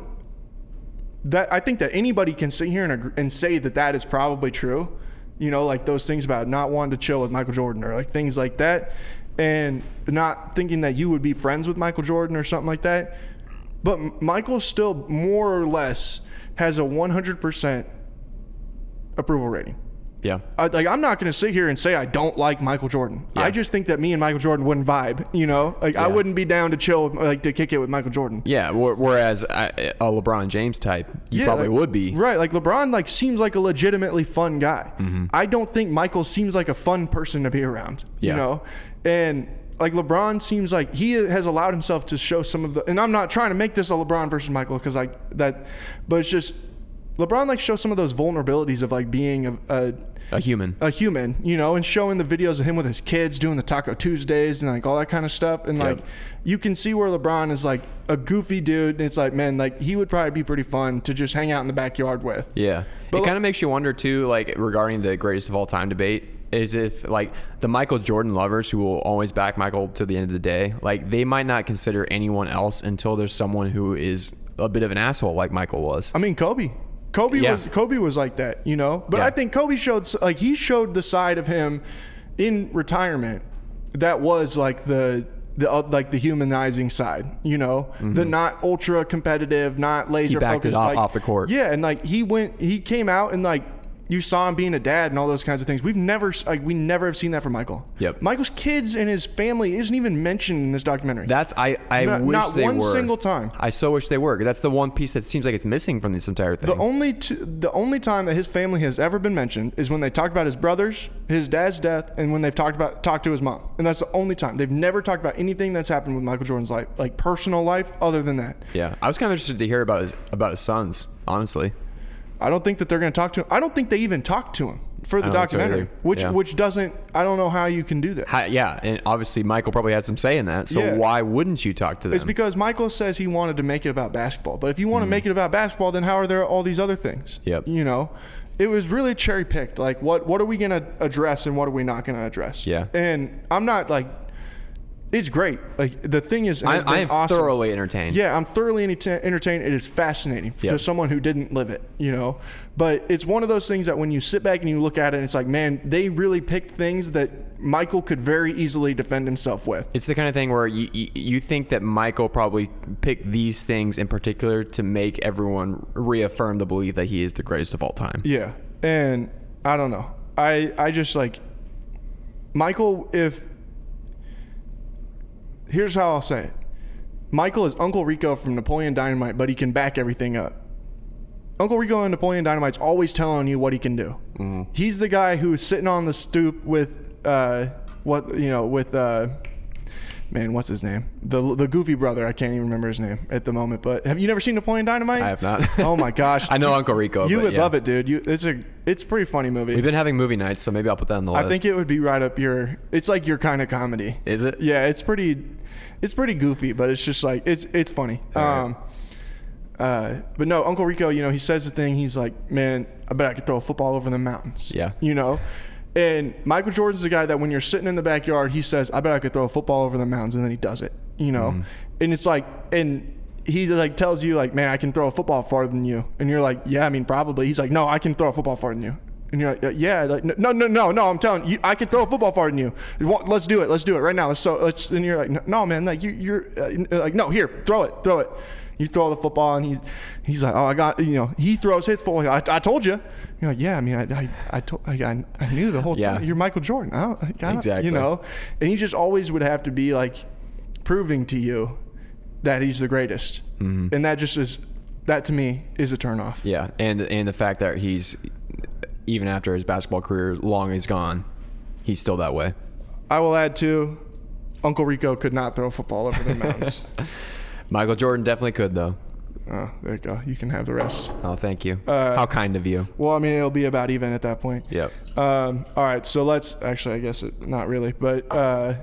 Speaker 1: that I think that anybody can sit here and agree, and say that that is probably true. You know, like those things about not wanting to chill with Michael Jordan or like things like that, and not thinking that you would be friends with Michael Jordan or something like that. But M- Michael still more or less has a 100% approval rating.
Speaker 2: Yeah.
Speaker 1: I, like I'm not going to sit here and say I don't like Michael Jordan.
Speaker 2: Yeah.
Speaker 1: I just think that me and Michael Jordan wouldn't vibe. You know, like I
Speaker 2: Yeah.
Speaker 1: wouldn't be down to chill, like to kick it with Michael Jordan.
Speaker 2: Yeah. wh- Whereas I, a LeBron James type, you
Speaker 1: Yeah,
Speaker 2: probably
Speaker 1: like-
Speaker 2: would be.
Speaker 1: right. Like LeBron, like seems like a legitimately fun guy.
Speaker 2: Mm-hmm.
Speaker 1: I don't think Michael seems like a fun person to be around.
Speaker 2: Yeah.
Speaker 1: You know, and like LeBron seems like he has allowed himself to show some of the. And I'm not trying to make this a LeBron versus Michael because I that, but it's just LeBron like shows some of those vulnerabilities of like being a, a
Speaker 2: A human.
Speaker 1: a human, you know, and showing the videos of him with his kids doing the Taco Tuesdays and like all that kind of stuff. And
Speaker 2: Yep.
Speaker 1: like, you can see where LeBron is like a goofy dude. And it's like, man, like he would probably be pretty fun to just hang out in the backyard with.
Speaker 2: Yeah.
Speaker 1: But
Speaker 2: it
Speaker 1: like-
Speaker 2: kind of makes you wonder too, like regarding the greatest of all time debate, is if like the Michael Jordan lovers who will always back Michael to the end of the day, like they might not consider anyone else until there's someone who is a bit of an asshole like Michael was.
Speaker 1: I mean, Kobe. Kobe
Speaker 2: Yeah.
Speaker 1: was Kobe was like that, you know. But
Speaker 2: Yeah.
Speaker 1: I think Kobe showed s- like he showed the side of him in retirement that was like the the uh, like the humanizing side, you know, the not ultra competitive, not laser
Speaker 2: Mm-hmm. backed it
Speaker 1: focused.
Speaker 2: off-
Speaker 1: like,
Speaker 2: off the court.
Speaker 1: Yeah, and like he went, he came out and like you saw him being a dad and all those kinds of things. We've never s- like we never have seen that from Michael.
Speaker 2: Yep.
Speaker 1: Michael's kids and his family isn't even mentioned in this documentary.
Speaker 2: That's I. I
Speaker 1: Not-
Speaker 2: wish
Speaker 1: not
Speaker 2: they
Speaker 1: one
Speaker 2: were.
Speaker 1: single time.
Speaker 2: I so wish they were. That's the one piece that seems like it's missing from this entire thing.
Speaker 1: The only t- the only time that his family has ever been mentioned is when they talked about his brothers, his dad's death, and when they've talked about talked to his mom. And that's the only time they've never talked about anything that's happened with Michael Jordan's life, like personal life, other than that.
Speaker 2: yeah, I was kind of interested to hear about his about his sons. Honestly,
Speaker 1: I don't think that they're going to talk to him. I don't think they even talked to him for the
Speaker 2: I don't think so
Speaker 1: documentary,
Speaker 2: either.
Speaker 1: which
Speaker 2: Yeah.
Speaker 1: which doesn't. I don't know how you can do that.
Speaker 2: How, yeah, and obviously Michael probably had some say in that. So
Speaker 1: Yeah.
Speaker 2: why wouldn't you talk to them?
Speaker 1: It's because Michael says he wanted to make it about basketball. But if you want to make it about basketball, then how are there all these other things?
Speaker 2: Hmm. Yep.
Speaker 1: You know, it was really cherry picked. Like, what what are we going to address and what are we not going to address?
Speaker 2: Yeah.
Speaker 1: And I'm not like, it's great. Like the thing is, has
Speaker 2: I,
Speaker 1: been
Speaker 2: I am
Speaker 1: awesome.
Speaker 2: thoroughly entertained.
Speaker 1: Yeah, I'm thoroughly enta- entertained. It is fascinating f- to
Speaker 2: Yep.
Speaker 1: someone who didn't live it, you know. But it's one of those things that when you sit back and you look at it, it's like, man, they really picked things that Michael could very easily defend himself with.
Speaker 2: It's the kind of thing where you, you you think that Michael probably picked these things in particular to make everyone reaffirm the belief that he is the greatest of all time.
Speaker 1: Yeah. And I don't know. I I just like Michael if Here's how I'll say it. Michael is Uncle Rico from Napoleon Dynamite, but he can back everything up. Uncle Rico and Napoleon Dynamite's always telling you what he can do.
Speaker 2: Mm-hmm.
Speaker 1: He's the guy who's sitting on the stoop with uh what you know, with uh Man, what's his name? The the goofy brother. I can't even remember his name at the moment. But have you never seen Napoleon Dynamite?
Speaker 2: I have not.
Speaker 1: oh my gosh!
Speaker 2: I know Uncle Rico.
Speaker 1: You
Speaker 2: but
Speaker 1: would
Speaker 2: yeah.
Speaker 1: love it, dude. You, it's a it's a pretty funny
Speaker 2: We've
Speaker 1: movie.
Speaker 2: been having movie nights, so maybe I'll put that on the list.
Speaker 1: I think it would be right up your. It's like your kind of comedy.
Speaker 2: is it?
Speaker 1: Yeah, it's pretty, it's pretty goofy, but it's just like it's it's funny. Um, uh, but no, Uncle Rico, you know, he says the thing. He's like, man, I bet I could throw a football over the mountains.
Speaker 2: Yeah.
Speaker 1: you know. And Michael Jordan's the guy that when you're sitting in the backyard, he says, "I bet I could throw a football over the mountains," and then he does it. You know, and it's like, and he like tells you like, "Man, I can throw a football farther than you," and you're like, "Yeah, I mean, probably." He's like, "No, I can throw a football farther than you," and you're like, "Uh, "Yeah, like, no, no, no, no, I'm telling you, I can throw a football farther than you. Wa- Let's do it, let's do it right now. Let's so let's." And you're like, "No, man, like you, you're uh, n- uh, like, no, here, throw it, throw it." You throw the football, and he, he's like, "Oh, I got you know." He throws his football. I, I told you. You're like, "Yeah, I mean, I, I, I, to- I, I- I knew the whole
Speaker 2: Yeah.
Speaker 1: time. You're Michael Jordan. I don't, I don't-
Speaker 2: Exactly.
Speaker 1: You know, and he just always would have to be like proving to you that he's the greatest, and that just is that to me is a turnoff.
Speaker 2: Mm-hmm. Yeah, and and the fact that he's even after his basketball career long is gone, he's still that way.
Speaker 1: I will add too, Uncle Rico could not throw a football over the mountains.
Speaker 2: Michael Jordan definitely could though.
Speaker 1: oh, there you go. You can have the rest.
Speaker 2: Oh, thank you.
Speaker 1: Uh,
Speaker 2: How kind of you.
Speaker 1: Well, I mean, it'll be about even at that point.
Speaker 2: Yep.
Speaker 1: Um, all right, so let's actually, I guess it, not really, but uh,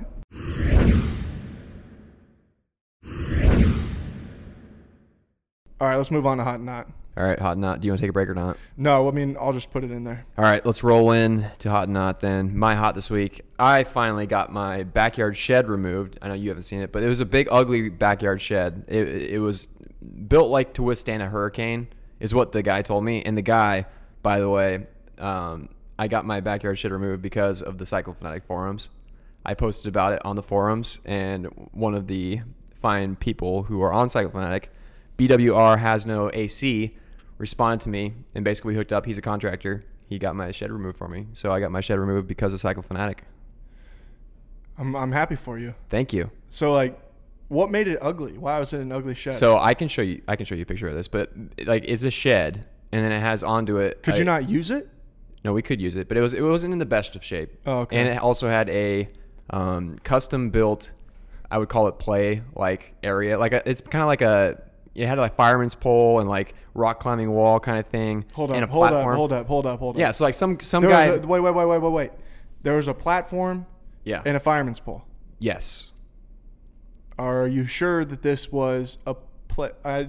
Speaker 1: all right, let's move on to hot not.
Speaker 2: All right, hot not. Do you want to take a break or not?
Speaker 1: No, I mean, I'll just put it in there.
Speaker 2: All right, let's roll in to hot not then. My hot this week. I finally got my backyard shed removed. I know you haven't seen it, but it was a big, ugly backyard shed. It, it was built like to withstand a hurricane, is what the guy told me. And the guy, by the way, um, I got my backyard shed removed because of the Cyclophonetic forums. I posted about it on the forums, and one of the fine people who are on Cyclophonetic, BWR has no AC, responded to me and basically we hooked up. He's a contractor. He got my shed removed for me, so I got my shed removed because of Cyclophonetic.
Speaker 1: I'm, I'm happy for you.
Speaker 2: Thank you.
Speaker 1: So, like, what made it ugly? Why was it an ugly shed?
Speaker 2: So I can show you. I can show you a picture of this, but like it's a shed, and then it has onto it.
Speaker 1: could
Speaker 2: a-
Speaker 1: you not use it?
Speaker 2: No, we could use it, but it was it wasn't in the best of shape.
Speaker 1: Oh, okay.
Speaker 2: And it also had a um, custom built, I would call it play like area. Like a, it's kind of like a it had like fireman's pole and like rock climbing wall kind of thing.
Speaker 1: Hold
Speaker 2: and
Speaker 1: up,
Speaker 2: a
Speaker 1: hold up,
Speaker 2: platform.
Speaker 1: hold up, hold up, hold up.
Speaker 2: Yeah, so like some some
Speaker 1: There
Speaker 2: guy.
Speaker 1: was a, wait, wait, wait, wait, wait, wait. There was a platform
Speaker 2: yeah.
Speaker 1: and a fireman's pole.
Speaker 2: yes.
Speaker 1: Are you sure that this was a pla I,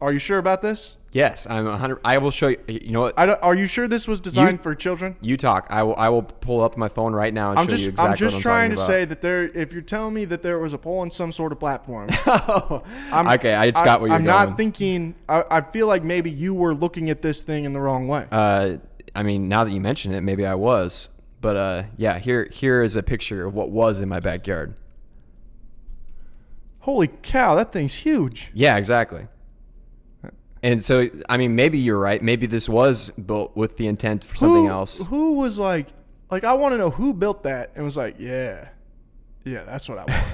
Speaker 1: are you sure about this?
Speaker 2: Yes, I'm 100. I will show you. You know what?
Speaker 1: I don't, are you sure this was designed for children?
Speaker 2: you talk. I will. I will pull up my phone right now and
Speaker 1: I'm
Speaker 2: show
Speaker 1: just
Speaker 2: you exactly
Speaker 1: I'm just
Speaker 2: what I'm
Speaker 1: trying
Speaker 2: talking
Speaker 1: to
Speaker 2: about.
Speaker 1: say that there. If you're telling me that there was a pole on some sort of platform,
Speaker 2: I'm, Oh. okay, I just got what you're
Speaker 1: I'm
Speaker 2: going.
Speaker 1: not thinking. I, I feel like maybe you were looking at this thing in the wrong way.
Speaker 2: uh, I mean, now that you mention it, maybe I was. But uh, yeah, here here is a picture of what was in my backyard.
Speaker 1: Holy cow, that thing's huge.
Speaker 2: Yeah, exactly. And so, I mean, maybe you're right. Maybe this was built with the intent for something
Speaker 1: who,
Speaker 2: else.
Speaker 1: Who was like, like I want to know who built that and was like, yeah, yeah, that's what I want.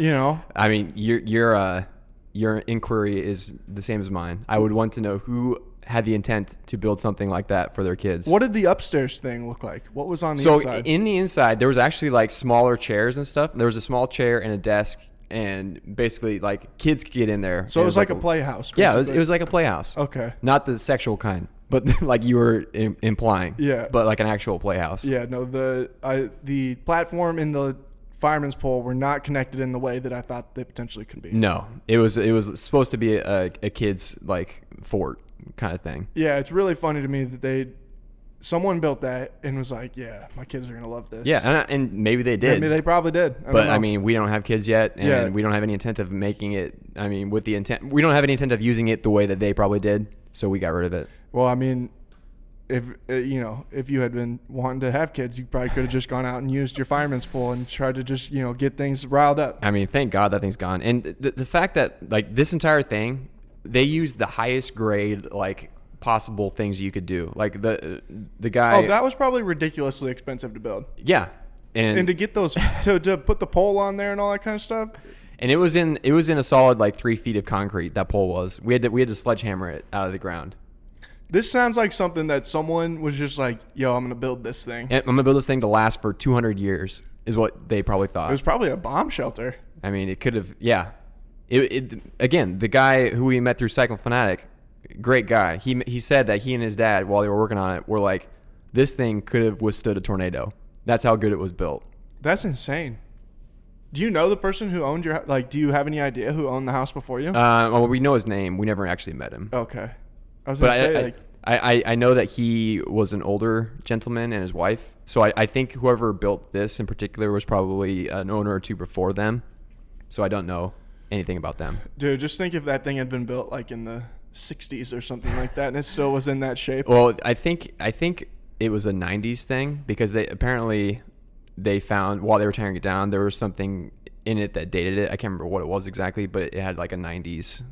Speaker 1: you know,
Speaker 2: I mean, your your uh, your inquiry is the same as mine. I would want to know who had the intent to build something like that for their kids.
Speaker 1: what did the upstairs thing look like? What was on the
Speaker 2: so
Speaker 1: inside?
Speaker 2: in the inside, there was actually like smaller chairs and stuff. There was a small chair and a desk, and basically like kids could get in there.
Speaker 1: so it was like, a playhouse.
Speaker 2: yeah, it was,
Speaker 1: basically.
Speaker 2: it was like a playhouse.
Speaker 1: Okay.
Speaker 2: Not the sexual kind, but like you were Im- implying.
Speaker 1: Yeah.
Speaker 2: But like an actual playhouse.
Speaker 1: Yeah, no, the I, the platform and the fireman's pole were not connected in the way that I thought they potentially could be.
Speaker 2: No, it was it was supposed to be a, a kid's like fort kind of thing.
Speaker 1: Yeah, it's really funny to me that they someone built that and was like, "Yeah, my kids are gonna love this."
Speaker 2: Yeah, and, and maybe they
Speaker 1: I
Speaker 2: did.
Speaker 1: mean they probably did. I
Speaker 2: but
Speaker 1: don't
Speaker 2: I
Speaker 1: know.
Speaker 2: mean, we don't have kids yet, and
Speaker 1: Yeah.
Speaker 2: we don't have any intent of making it. I mean, with the intent, we don't have any intent of using it the way that they probably did. So we got rid of it.
Speaker 1: well, I mean, if uh, you know, if you had been wanting to have kids, you probably could have just gone out and used your fireman's pole and tried to just you know get things riled up.
Speaker 2: I mean, thank God that thing's gone. And the, the fact that like this entire thing, they used the highest grade like possible things you could do. Like the the guy,
Speaker 1: Oh, that was probably ridiculously expensive to build,
Speaker 2: yeah, and
Speaker 1: and to get those to to put the pole on there and all that kind of stuff.
Speaker 2: and it was in it was in a solid like three feet of concrete. That pole was. We had to we had to sledgehammer it out of the ground.
Speaker 1: This sounds like something that someone was just like, "Yo, I'm gonna build this thing."
Speaker 2: And I'm gonna build this thing to last for 200 years. Is what they probably
Speaker 1: It
Speaker 2: thought.
Speaker 1: was probably a bomb shelter.
Speaker 2: I mean, it could have, yeah. It, it again, the guy who we met through Cycle Fanatic, great guy. He he said that he and his dad, while they were working on it, were like, this thing could have withstood a tornado. That's how good it was built.
Speaker 1: That's insane. Do you know the person who owned your hou- like? Do you have any idea who owned the house before you?
Speaker 2: Uh, well, we know his name. We never actually met him,
Speaker 1: okay, I was
Speaker 2: but
Speaker 1: gonna
Speaker 2: I,
Speaker 1: say
Speaker 2: I,
Speaker 1: like,
Speaker 2: I, I I know that he was an older gentleman and his wife. So I, I think whoever built this in particular was probably an owner or two before them. So I don't know anything about them.
Speaker 1: dude, just think if that thing had been built like in the '60s or something like that, and it still was in that shape.
Speaker 2: Well, I think I think it was a '90s thing because they apparently they found while they were tearing it down there was something in it that dated it. I can't remember what it was exactly, but it had like a '90s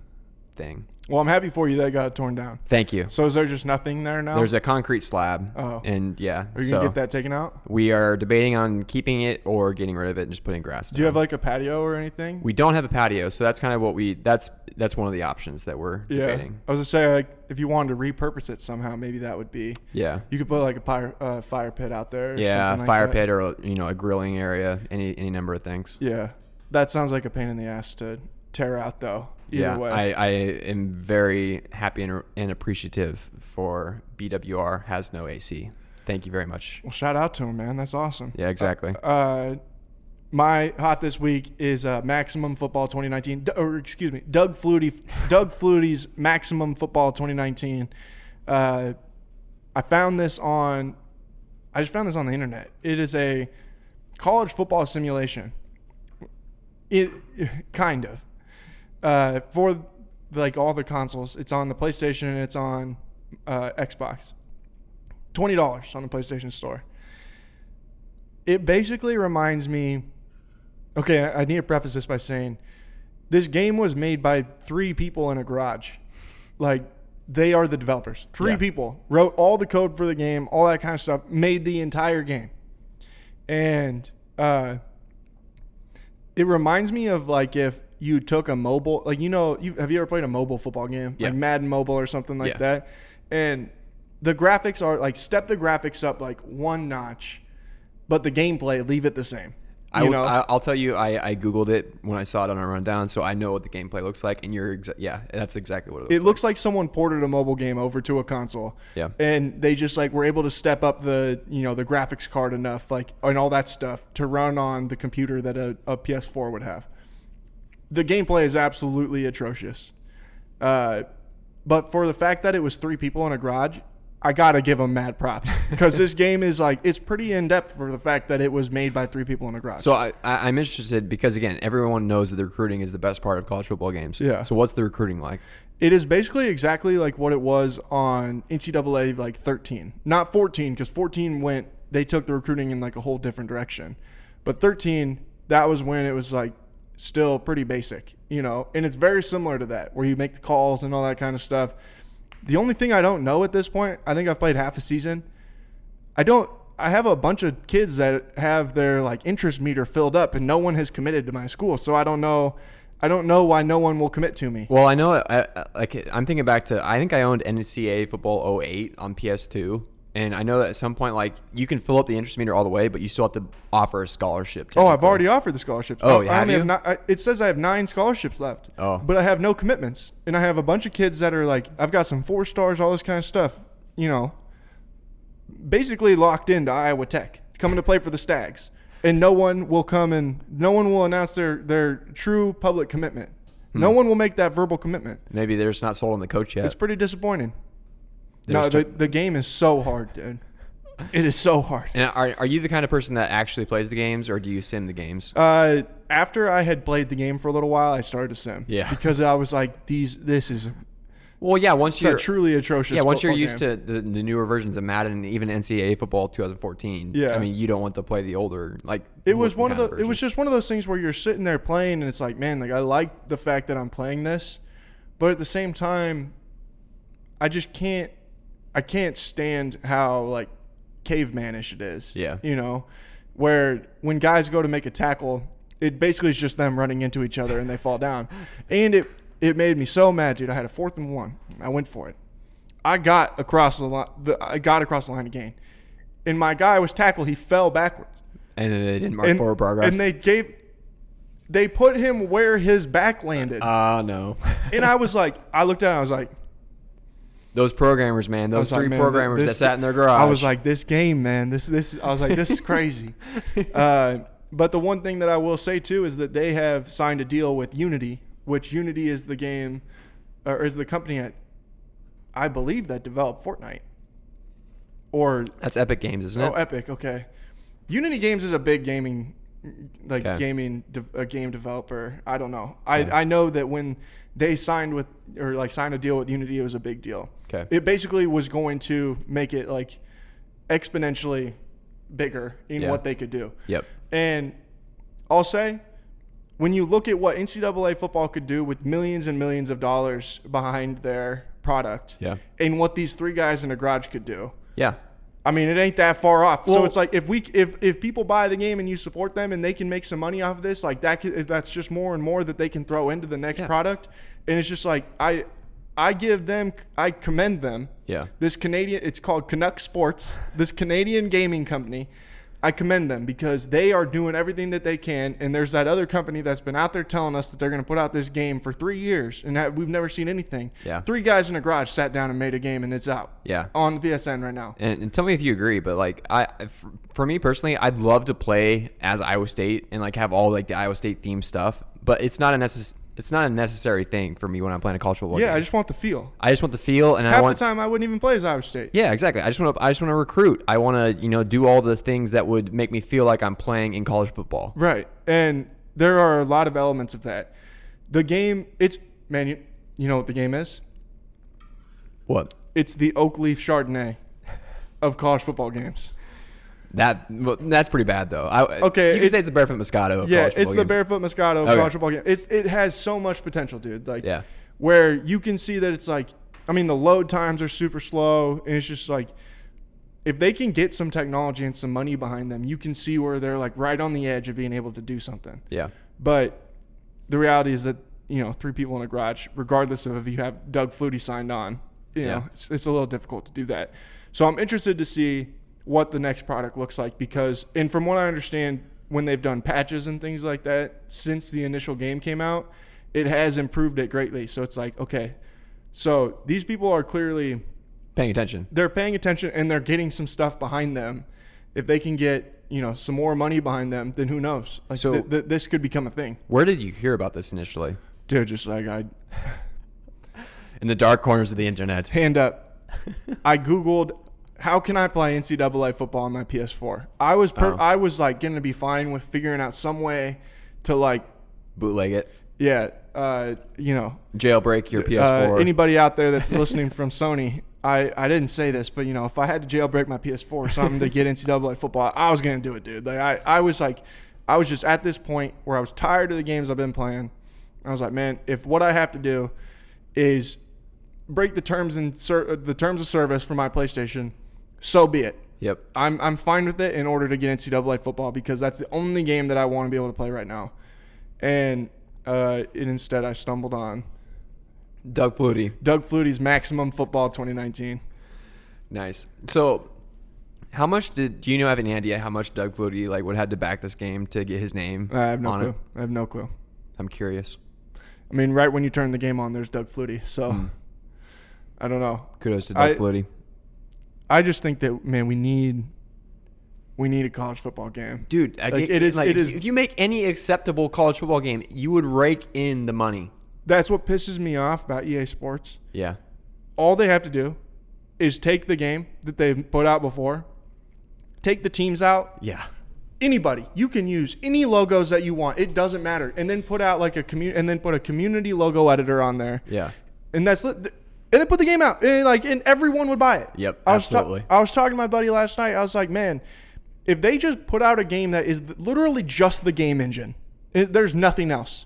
Speaker 2: thing.
Speaker 1: Well, I'm happy for you that it got torn down.
Speaker 2: Thank you.
Speaker 1: So is there just nothing there now?
Speaker 2: There's a concrete slab,
Speaker 1: Oh.
Speaker 2: and yeah,
Speaker 1: Are you
Speaker 2: so
Speaker 1: gonna get that taken out?
Speaker 2: we are debating on keeping it or getting rid of it and just putting grass.
Speaker 1: Do you have like a patio or anything?
Speaker 2: we don't have a patio, so that's kind of what we that's that's one of the options that we're
Speaker 1: yeah,
Speaker 2: debating.
Speaker 1: I was gonna say like if you wanted to repurpose it somehow, maybe that would be.
Speaker 2: Yeah.
Speaker 1: You could put like a fire, uh, fire pit out there. Or
Speaker 2: Yeah,
Speaker 1: something like
Speaker 2: fire
Speaker 1: that.
Speaker 2: pit or you know a grilling area, any any number of things.
Speaker 1: Yeah, that sounds like a pain in the ass to tear out though. Either
Speaker 2: yeah,
Speaker 1: way,
Speaker 2: I, I am very happy and, and appreciative for BWR has no AC. Thank you very much.
Speaker 1: well, shout out to him, man. That's awesome.
Speaker 2: Yeah, exactly.
Speaker 1: Uh, my hot this week is uh, Maximum Football 2019, D- or excuse me, Doug Flutie, Doug Flutie's Maximum Football 2019. Uh, I found this on, I just found this on the internet. It is a college football simulation. It kind of uh, for like all the consoles. It's on the PlayStation and it's on uh, Xbox. Twenty dollars on the PlayStation Store it basically reminds me okay i I need to preface this by saying this game was made by three people in a garage like they are the developers three
Speaker 2: Yeah.
Speaker 1: people wrote all the code for the game all that kind of stuff made the entire game and uh it reminds me of like if you took a mobile like you know you have you ever played a mobile football game
Speaker 2: Yeah.
Speaker 1: like madden mobile or something like
Speaker 2: Yeah.
Speaker 1: that and the graphics are like step the graphics up like one notch but the gameplay leave it the same
Speaker 2: I
Speaker 1: You
Speaker 2: will,
Speaker 1: know?
Speaker 2: I, I'll tell you, I, I googled it when I saw it on our rundown, so I know what the gameplay looks like. And you're, exa- yeah, that's exactly what it looks.
Speaker 1: It looks like someone ported a mobile game over to a console.
Speaker 2: Yeah.
Speaker 1: And they just like were able to step up the you know the graphics card enough like and all that stuff to run on the computer that a, a PS4 would have. The gameplay is absolutely atrocious. Uh, but for the fact that it was three people in a garage, I gotta give them mad props because this game is like it's pretty in depth for the fact that it was made by three people in a garage.
Speaker 2: So I, I, I'm interested because again, everyone knows that the recruiting is the best part of college football games.
Speaker 1: Yeah.
Speaker 2: So what's the recruiting like?
Speaker 1: It is basically exactly like what it was on NCAA like 13, not 14, because 14 went they took the recruiting in like a whole different direction, but 13 that was when it was like still pretty basic, you know, and it's very similar to that where you make the calls and all that kind of stuff. The only thing I don't know at this point, I think I've played half a season. I don't. I have a bunch of kids that have their like interest meter filled up, and no one has committed to my school, so I don't know. I don't know why no one will commit to me.
Speaker 2: Well, I know, I, I- like I'm thinking back to, I think I owned NCAA football 08 on PS2. And I know that at some point, like you can fill up the interest meter all the way, but you still have to offer a scholarship.
Speaker 1: Oh, I've
Speaker 2: technically.
Speaker 1: already offered the scholarships.
Speaker 2: Oh,
Speaker 1: I-
Speaker 2: yeah,
Speaker 1: I
Speaker 2: have
Speaker 1: only have
Speaker 2: you?
Speaker 1: ni- I- it says I have nine scholarships left.
Speaker 2: Oh.
Speaker 1: but I have no commitments, and I have a bunch of kids that are like, I've got some four stars, all this kind of stuff. You know, basically locked into Iowa Tech, coming to play for the Stags, and no one will come and no one will announce their their true public commitment.
Speaker 2: Hmm.
Speaker 1: No one will make that verbal commitment.
Speaker 2: Maybe they're just not sold on the coach yet.
Speaker 1: It's pretty disappointing.
Speaker 2: They're
Speaker 1: no,
Speaker 2: just
Speaker 1: the,
Speaker 2: try-
Speaker 1: the game is so hard, dude. It is so hard.
Speaker 2: and are, are you the kind of person that actually plays the games, or do you sim the games?
Speaker 1: Uh, after I had played the game for a little while, I started to sim.
Speaker 2: Yeah.
Speaker 1: Because I was like, these, this is
Speaker 2: Well, yeah. Once
Speaker 1: a
Speaker 2: you're
Speaker 1: truly atrocious.
Speaker 2: yeah, once you're
Speaker 1: football
Speaker 2: used
Speaker 1: game.
Speaker 2: to the, the newer versions of Madden and even NCAA football 2014.
Speaker 1: Yeah.
Speaker 2: I mean, you don't want to play the older like.
Speaker 1: It was
Speaker 2: looking
Speaker 1: one of
Speaker 2: kind
Speaker 1: the. It was
Speaker 2: versions.
Speaker 1: just one of those things where you're sitting there playing, and it's like, man, like I like the fact that I'm playing this, but at the same time, I just can't. I can't stand how like cavemanish it is.
Speaker 2: Yeah.
Speaker 1: You know, where when guys go to make a tackle, it basically is just them running into each other and they fall down, and it it made me so mad, dude. I had a fourth and one. I went for it. I got across the line. The, I got across the line again, and my guy was tackled. He fell backwards
Speaker 2: and then they didn't mark forward progress.
Speaker 1: and they gave they put him where his back landed.
Speaker 2: ah no,
Speaker 1: and I was like, I looked down, I was like,
Speaker 2: those programmers, man,
Speaker 1: I
Speaker 2: those
Speaker 1: was like,
Speaker 2: three
Speaker 1: man,
Speaker 2: programmers
Speaker 1: this-
Speaker 2: that sat in their garage.
Speaker 1: I was like, this game, man, this this I was like, this is crazy. uh, but the one thing that I will say too is that they have signed a deal with Unity, which Unity is the game or is the company that I believe that developed Fortnite. Or
Speaker 2: that's Epic Games, isn't
Speaker 1: oh,
Speaker 2: it?
Speaker 1: Epic, okay. Unity Games is a big gaming like
Speaker 2: Okay.
Speaker 1: gaming de- a game developer. I don't know. I, I know that when they signed with or like signed a deal with Unity, it was a big deal.
Speaker 2: Okay.
Speaker 1: eh, It basically was going to make it like exponentially bigger in
Speaker 2: Yeah.
Speaker 1: what they could do.
Speaker 2: Yep.
Speaker 1: And I'll say, when you look at what NCAA football could do with millions and millions of dollars behind their product,
Speaker 2: Yeah.
Speaker 1: and what these three guys in a garage could do,
Speaker 2: Yeah.
Speaker 1: I mean, it ain't that far off. so
Speaker 2: Well-
Speaker 1: it's like if we if if people buy the game and you support them and they can make some money off of this, like that could, that's just more and more that they can throw into the next
Speaker 2: Yeah.
Speaker 1: product. And it's just like I I give them I commend them.
Speaker 2: Yeah.
Speaker 1: This Canadian it's called Canuck Sports. This Canadian gaming company. I commend them because they are doing everything that they can. And there's that other company that's been out there telling us that they're going to put out this game for three years, and that we've never seen anything.
Speaker 2: Yeah.
Speaker 1: Three guys in a garage sat down and made a game, and it's out.
Speaker 2: Yeah.
Speaker 1: On PSN right now.
Speaker 2: And, and tell me if you agree, but like I, f- for me personally, I'd love to play as Iowa State and like have all like the Iowa State themed stuff, but it's not a necess- it's not a necessary thing for me when I'm playing a college football
Speaker 1: Yeah,
Speaker 2: game.
Speaker 1: I just want the feel.
Speaker 2: I just want the feel, and I
Speaker 1: Half
Speaker 2: want
Speaker 1: the time, I wouldn't even play as Iowa State.
Speaker 2: Yeah, exactly. I just want to. I just want to recruit. I want to, you know, do all the things that would make me feel like I'm playing in college football.
Speaker 1: Right. And there are a lot of elements of that. The game, it's, man, you, you know what the game is?
Speaker 2: What?
Speaker 1: It's the Oak Leaf Chardonnay of college football games.
Speaker 2: That well, that's pretty bad though. I,
Speaker 1: Okay,
Speaker 2: you can say
Speaker 1: it's-
Speaker 2: it's the barefoot Moscato. Of
Speaker 1: yeah,
Speaker 2: college
Speaker 1: it's
Speaker 2: football
Speaker 1: the
Speaker 2: games.
Speaker 1: barefoot Moscato of
Speaker 2: Okay.
Speaker 1: college football game. It's, it has so much potential, dude. Like,
Speaker 2: Yeah.
Speaker 1: where you can see that it's like, I mean, the load times are super slow, and it's just like, if they can get some technology and some money behind them, you can see where they're like right on the edge of being able to do something.
Speaker 2: Yeah,
Speaker 1: But the reality is that you know three people in a garage, regardless of if you have Doug Flutie signed on, you
Speaker 2: Yeah.
Speaker 1: know it's, it's a little difficult to do that. So I'm interested to see what the next product looks like because, and from what I understand, when they've done patches and things like that since the initial game came out, it has improved it greatly. So it's like, okay, so these people are clearly
Speaker 2: Paying attention.
Speaker 1: they're paying attention and they're getting some stuff behind them. If they can get you know some more money behind them, then who knows? Like
Speaker 2: So-
Speaker 1: th- th- this could become a thing,
Speaker 2: Where did you hear about this initially?
Speaker 1: dude. Just like I
Speaker 2: In the dark corners of the internet.
Speaker 1: hand up, I googled how can I play NCAA football on my PS4. I was per-
Speaker 2: Oh.
Speaker 1: I was like going to be fine with figuring out some way to like
Speaker 2: Bootleg it.
Speaker 1: yeah uh, you know
Speaker 2: Jailbreak your
Speaker 1: uh,
Speaker 2: PS4.
Speaker 1: anybody out there that's listening from Sony, I, I didn't say this, but you know, if I had to jailbreak my PS4 or something to get NCAA football, I was gonna do it, dude. Like I, I was like, I was just at this point where I was tired of the games I've been playing. I was like, man, if what I have to do is break the terms and ser- the terms of service for my PlayStation, so be it.
Speaker 2: yep.
Speaker 1: I'm I'm fine with it in order to get NCAA football because that's the only game that I want to be able to play right now. And uh, it, instead, I stumbled on
Speaker 2: Doug Flutie.
Speaker 1: Doug Flutie's Maximum Football 2019.
Speaker 2: Nice. So, how much did do you know? Have any idea how much Doug Flutie like would had to back this game to get his name?
Speaker 1: I have no
Speaker 2: on
Speaker 1: clue.
Speaker 2: It?
Speaker 1: I have no clue.
Speaker 2: I'm curious.
Speaker 1: I mean, right when you turn the game on, there's Doug Flutie. So
Speaker 2: Hmm.
Speaker 1: I don't know.
Speaker 2: Kudos to Doug
Speaker 1: I-
Speaker 2: Flutie.
Speaker 1: I just think that man, we need we need a college football game.
Speaker 2: Dude, I
Speaker 1: Like,
Speaker 2: get,
Speaker 1: it is-
Speaker 2: Like,
Speaker 1: it
Speaker 2: if-
Speaker 1: is-
Speaker 2: If you make any acceptable college football game, you would rake in the money.
Speaker 1: That's what pisses me off about EA Sports.
Speaker 2: Yeah.
Speaker 1: All they have to do is take the game that they've put out before, take the teams out,
Speaker 2: Yeah.
Speaker 1: anybody. You can use any logos that you want. It doesn't matter. And then put out like a commu- and then put a community logo editor on there.
Speaker 2: Yeah.
Speaker 1: And that's li- th- and they put the game out and like and everyone would buy it.
Speaker 2: Yep,
Speaker 1: I was ta-
Speaker 2: absolutely.
Speaker 1: I was talking to my buddy last night. I was like, man, if they just put out a game that is th- literally just the game engine, it, there's nothing else.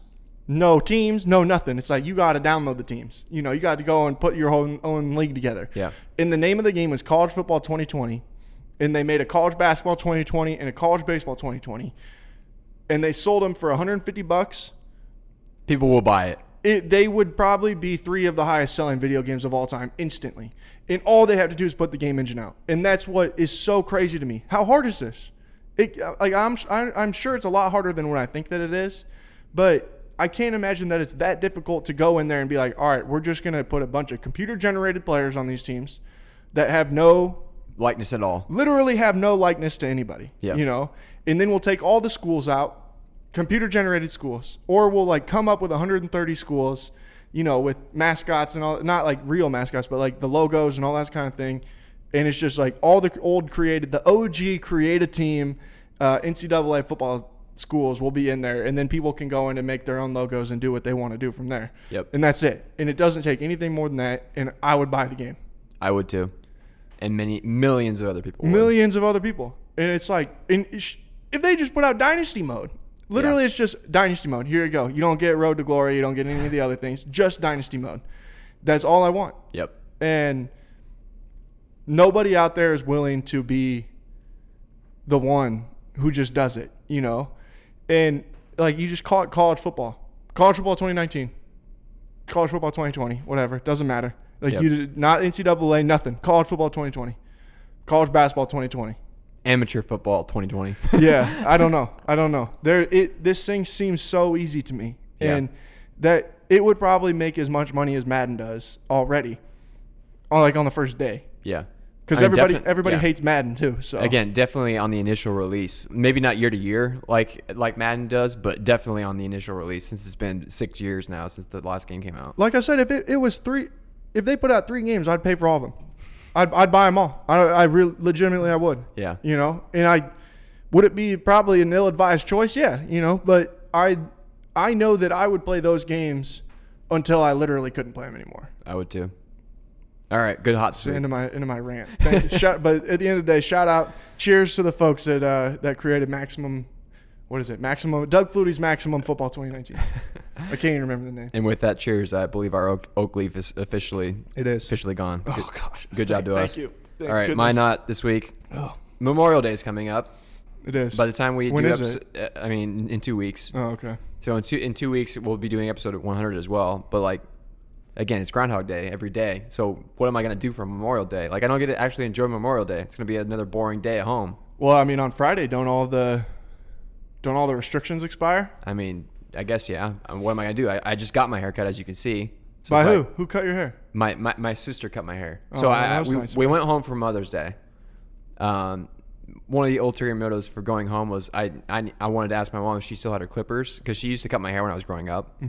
Speaker 1: No teams, no nothing. It's like you got to download the teams. You know, you got to go and put your own own league together.
Speaker 2: Yeah.
Speaker 1: And the name of the game was College Football 2020, and they made a college basketball 2020 and a college baseball 2020, and they sold them for 150 bucks
Speaker 2: People will buy it.
Speaker 1: it, they would probably be three of the highest selling video games of all time instantly. And all they have to do is put the game engine out. And that's what is so crazy to me. How hard is this? It, like I'm, I- I'm sure it's a lot harder than what I think that it is, but I can't imagine that it's that difficult to go in there and be like, all right, we're just gonna put a bunch of computer generated players on these teams that have no
Speaker 2: Likeness at all.
Speaker 1: literally have no likeness to anybody.
Speaker 2: Yeah.
Speaker 1: You know, and then we'll take all the schools out, computer generated schools, or we'll like come up with 130 schools, you know, with mascots and all, not like real mascots, but like the logos and all that kind of thing. And it's just like all the old created, the OG create a team, uh, NCAA football schools will be in there, and then people can go in and make their own logos and do what they want to do from there.
Speaker 2: Yep.
Speaker 1: And that's it. And it doesn't take anything more than that. And I would buy the game.
Speaker 2: I would too. And many millions of other people. would.
Speaker 1: millions of other people. And it's like, and it sh- if they just put out Dynasty Mode, literally, it's just Dynasty Mode. Here you go. You don't get Road to Glory. You don't get any of the other things. Just Dynasty Mode. That's all I want.
Speaker 2: Yep.
Speaker 1: And nobody out there is willing to be the one who just does it, you know? And like, you just call it college football, college football 2019, college football 2020, whatever. It doesn't matter. Like,
Speaker 2: Yep.
Speaker 1: you did not NCAA, nothing. College football 2020, college basketball 2020.
Speaker 2: Amateur football 2020.
Speaker 1: yeah, I don't know. I don't know. There, it this thing seems so easy to me,
Speaker 2: Yeah.
Speaker 1: and that it would probably make as much money as Madden does already, on like on the first day,
Speaker 2: yeah.
Speaker 1: because
Speaker 2: I mean,
Speaker 1: everybody
Speaker 2: defi-
Speaker 1: everybody
Speaker 2: yeah.
Speaker 1: hates Madden too. So
Speaker 2: Again, definitely on the initial release. Maybe not year to year like like Madden does, but definitely on the initial release since it's been six years now since the last game came out.
Speaker 1: like I said, if it, it was three, if they put out three games, I'd pay for all of them. I'd, I'd buy them all. I, I real legitimately I would.
Speaker 2: Yeah.
Speaker 1: You know, and I would it be probably an ill-advised choice? Yeah. You know, but I I know that I would play those games until I literally couldn't play them anymore.
Speaker 2: I would too. All right, good hot
Speaker 1: into
Speaker 2: suit.
Speaker 1: my into my rant. Thank shout, but at the end of the day, shout out, cheers to the folks that uh, that created maximum. What is it? Maximum Doug Flutie's Maximum Football 2019. I can't even remember the name.
Speaker 2: And with that, cheers. I believe our oak, oak leaf is officially
Speaker 1: It is.
Speaker 2: officially gone.
Speaker 1: Oh gosh.
Speaker 2: Good
Speaker 1: Thank-
Speaker 2: job to
Speaker 1: thank
Speaker 2: us.
Speaker 1: you. Thank
Speaker 2: All right,
Speaker 1: goodness.
Speaker 2: my not this week.
Speaker 1: Oh,
Speaker 2: Memorial Day is coming up.
Speaker 1: it is.
Speaker 2: By the time we
Speaker 1: When
Speaker 2: do,
Speaker 1: is
Speaker 2: episode, uh, I mean, in two weeks.
Speaker 1: oh, okay.
Speaker 2: So in two in two weeks we'll be doing episode 100 as well. But like, again, it's Groundhog Day every day. So what am I gonna do for Memorial Day? Like, I don't get to actually enjoy Memorial Day. It's gonna be another boring day at home.
Speaker 1: Well, I mean, on Friday, don't all the Don't all the restrictions expire?
Speaker 2: I mean, I guess yeah. Um, What am I gonna do? I, I just got my haircut, as you can see. So
Speaker 1: By
Speaker 2: it's
Speaker 1: who?
Speaker 2: like-
Speaker 1: who cut your hair?
Speaker 2: My, my my sister cut my hair. so
Speaker 1: Oh,
Speaker 2: I,
Speaker 1: that
Speaker 2: I
Speaker 1: was
Speaker 2: we,
Speaker 1: nice of
Speaker 2: we went home for Mother's Day. Um, one of the ulterior motives for going home was I I, I wanted to ask my mom if she still had her clippers because she used to cut my hair when I was growing up.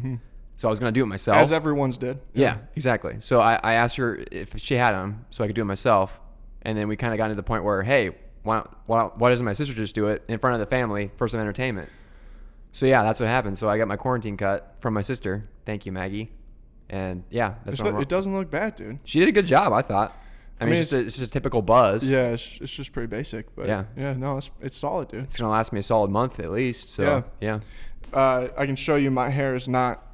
Speaker 2: So I was gonna do it myself.
Speaker 1: Mm-hmm. As everyone's did.
Speaker 2: Yeah, exactly. So I, I asked her if she had them so I could do it myself. And then we kind of got to the point where, hey, why, don't- why, don't- why doesn't my sister just do it in front of the family for some entertainment? So yeah, that's what happened. So I got my quarantine cut from my sister. Thank you, Maggie. And yeah, that's
Speaker 1: It's
Speaker 2: what I'm
Speaker 1: not- it doesn't look bad, dude.
Speaker 2: She did a good job, I thought. I, mean,
Speaker 1: mean,
Speaker 2: it's, just a, it's just a typical buzz.
Speaker 1: Yeah, it's, it's just pretty basic, but
Speaker 2: Yeah.
Speaker 1: yeah, yeah, no, it's it's solid, dude.
Speaker 2: It's gonna last me a solid month at least. So yeah,
Speaker 1: Yeah. Uh, I can show you my hair is not.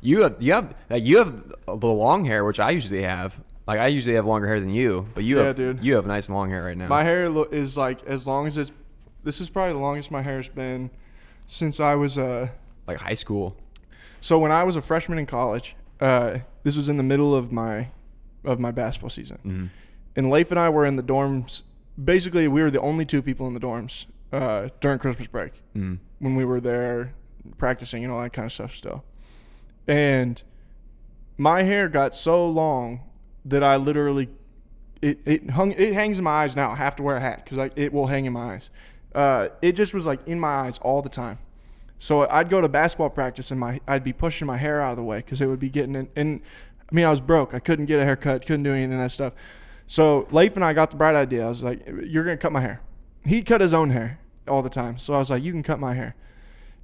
Speaker 2: you have you have like you have the long hair, which I usually have. Like I usually have longer hair than you, but you
Speaker 1: Yeah,
Speaker 2: have
Speaker 1: dude.
Speaker 2: you have nice long hair right now.
Speaker 1: My hair lo- is like as long as it's. This is probably the longest my hair's been since I was uh,
Speaker 2: like high school.
Speaker 1: So when I was a freshman in college, uh, this was in the middle of my of my basketball season, and Leif and I were in the dorms. Basically, we were the only two people in the dorms uh, during Christmas break when we were there practicing and all that kind of stuff still. And my hair got so long that I literally it, it hung it hangs in my eyes now. I have to wear a hat because like it will hang in my eyes. Uh, it just was like in my eyes all the time. So I'd go to basketball practice and my I'd be pushing my hair out of the way because it would be getting in. And I mean, I was broke. I couldn't get a haircut. Couldn't do anything of that stuff. So Leif and I got the bright idea. I was like, "You're gonna cut my hair." He cut his own hair all the time. So I was like, "You can cut my hair."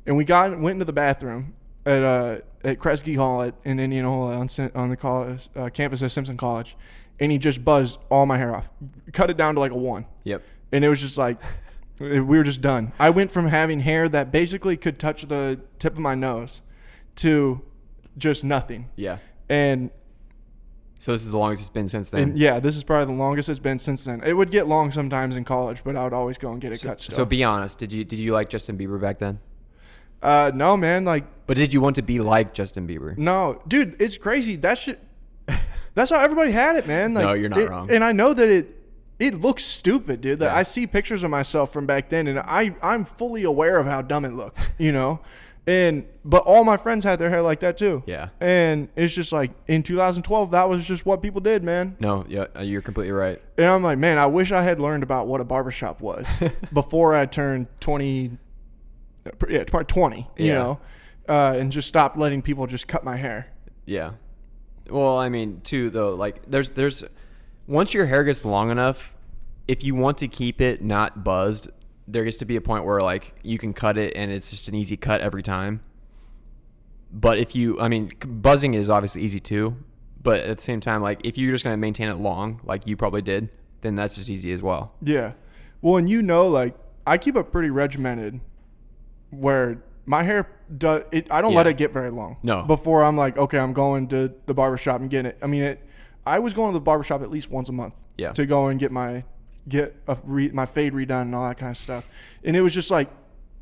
Speaker 1: And we got went into the bathroom at uh, at Kresge Hall at, in Indianola on Sim- on the college, uh, campus of Simpson College, and he just buzzed all my hair off, cut it down to like a one
Speaker 2: Yep.
Speaker 1: and it was just like we were just done. I went from having hair that basically could touch the tip of my nose to just nothing.
Speaker 2: Yeah.
Speaker 1: And,
Speaker 2: So this is the longest it's been since then.
Speaker 1: and yeah, this is probably the longest it's been since then. It would get long sometimes in college, but I would always go and get it cut still.
Speaker 2: so be honest, did you did you like Justin Bieber back then?
Speaker 1: uh, no, man, like
Speaker 2: But did you want to be like Justin Bieber?
Speaker 1: no, dude, it's crazy. That shit. That's how everybody had it, man. Like,
Speaker 2: No, you're not
Speaker 1: it-
Speaker 2: wrong.
Speaker 1: And I know that it it looks stupid, dude. Like, I see pictures of myself from back then, and I I'm fully aware of how dumb it looked, you know. And but all my friends had their hair like that too.
Speaker 2: Yeah.
Speaker 1: And it's just like in 2012, that was just what people did, man.
Speaker 2: No, yeah, uh, you're completely right.
Speaker 1: And I'm like, man, I wish I had learned about what a barbershop was before I turned 20, uh, pr- yeah, probably 20, you
Speaker 2: Yeah.
Speaker 1: know, uh, and just stopped letting people just cut my hair.
Speaker 2: Yeah. Well, I mean, too though, like there's there's once your hair gets long enough, if you want to keep it not buzzed, there gets to be a point where like you can cut it and it's just an easy cut every time. But if you, I mean, c- buzzing is obviously easy too, but at the same time, like if you're just gonna maintain it long, like you probably did, then that's just easy as well.
Speaker 1: Yeah. Well, and you know, like I keep it pretty regimented, where my hair does it. I don't let
Speaker 2: Yeah.
Speaker 1: it get very long.
Speaker 2: No.
Speaker 1: Before I'm like, okay, I'm going to the barbershop and getting it. I mean, it. I was going to the barbershop at least once a month.
Speaker 2: Yeah.
Speaker 1: To go and get my get a re, my fade redone and all that kind of stuff, and it was just like,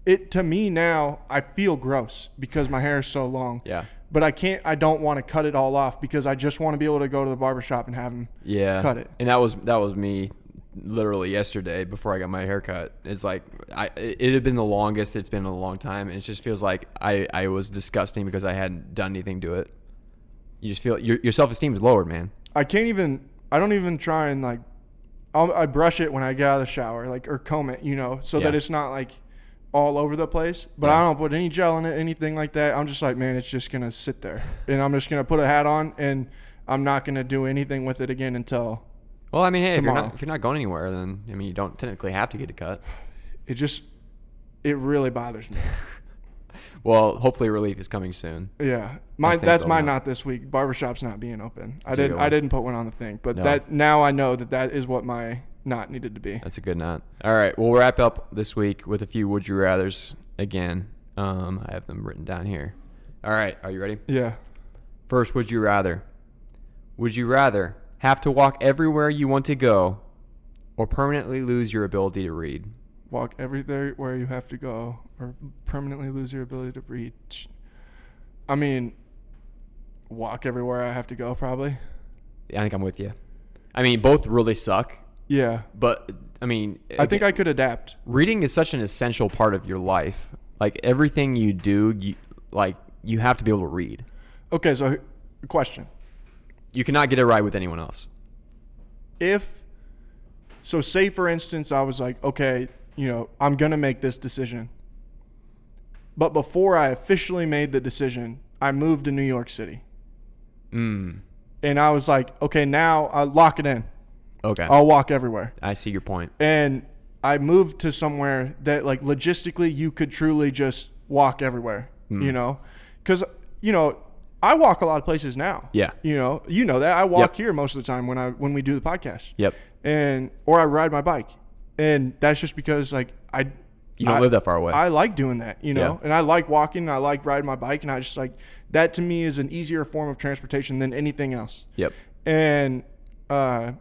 Speaker 1: it to me now I feel gross because my hair is so long.
Speaker 2: Yeah.
Speaker 1: But I can't. I don't want to cut it all off because I just want to be able to go to the barbershop and have them.
Speaker 2: Yeah.
Speaker 1: Cut it.
Speaker 2: And that was that was me literally yesterday before I got my haircut. It's like I it it had been the longest it's been in a long time and it just feels like I I was disgusting because I hadn't done anything to it. You just feel your your self-esteem is lowered, man.
Speaker 1: I can't even. I don't even try and like. I'll, I brush it when I get out of the shower, like or comb it, you know, so that
Speaker 2: Yeah.
Speaker 1: it's not like all over the place. But I don't put any gel in it, anything like that. I'm just like, man, it's just gonna sit there, and I'm just gonna put a hat on, and I'm not gonna do anything with it again until
Speaker 2: Well, I mean, hey, if you're
Speaker 1: Tomorrow.
Speaker 2: not if you're not going anywhere, then I mean, you don't technically have to get a cut.
Speaker 1: it just. It really bothers me.
Speaker 2: Well, hopefully relief is coming soon.
Speaker 1: Yeah, my
Speaker 2: This thing's
Speaker 1: that's
Speaker 2: going
Speaker 1: mine.
Speaker 2: up.
Speaker 1: Not this week. Barbershop's not being open. I
Speaker 2: That's a
Speaker 1: didn't.
Speaker 2: good
Speaker 1: I
Speaker 2: one.
Speaker 1: didn't put one on the thing, but
Speaker 2: No.
Speaker 1: that now I know that that is what my knot needed to be.
Speaker 2: That's a good knot. All right, we'll wrap up this week with a few would you rather's again. Um, I have them written down here. All right, are you ready?
Speaker 1: Yeah.
Speaker 2: First, would you rather? Would you rather have to walk everywhere you want to go or permanently lose your ability to read?
Speaker 1: walk everywhere where you have to go or permanently lose your ability to reach i mean walk everywhere i have to go probably
Speaker 2: I think I'm with you. I mean, both really suck,
Speaker 1: yeah
Speaker 2: but I mean,
Speaker 1: i think i could adapt
Speaker 2: reading is such an essential part of your life. Like everything you do, you, like you have to be able to read.
Speaker 1: Okay, so question.
Speaker 2: You cannot get it right with anyone else.
Speaker 1: If so say for instance I was like, okay, you know, I'm going to make this decision. But before I officially made the decision, I moved to New York City. Hmm,
Speaker 2: Mm.
Speaker 1: And I was like, okay, now I lock it in.
Speaker 2: Okay.
Speaker 1: I'll walk everywhere.
Speaker 2: Oh. I see your point.
Speaker 1: And I moved to somewhere that like logistically you could truly just walk everywhere,
Speaker 2: Hmm.
Speaker 1: you know? Cuz you know, I walk a lot of places now.
Speaker 2: Yeah.
Speaker 1: You know, you know that I walk
Speaker 2: Yep.
Speaker 1: here most of the time when I when we do the podcast.
Speaker 2: Yep.
Speaker 1: And or I ride my bike. And that's just because like I
Speaker 2: You don't
Speaker 1: I-
Speaker 2: live that far away.
Speaker 1: I like doing that, you know,
Speaker 2: Yeah.
Speaker 1: and I like walking. I like riding my bike, and I just like that. To me, is an easier form of transportation than anything else.
Speaker 2: yep.
Speaker 1: And, uh,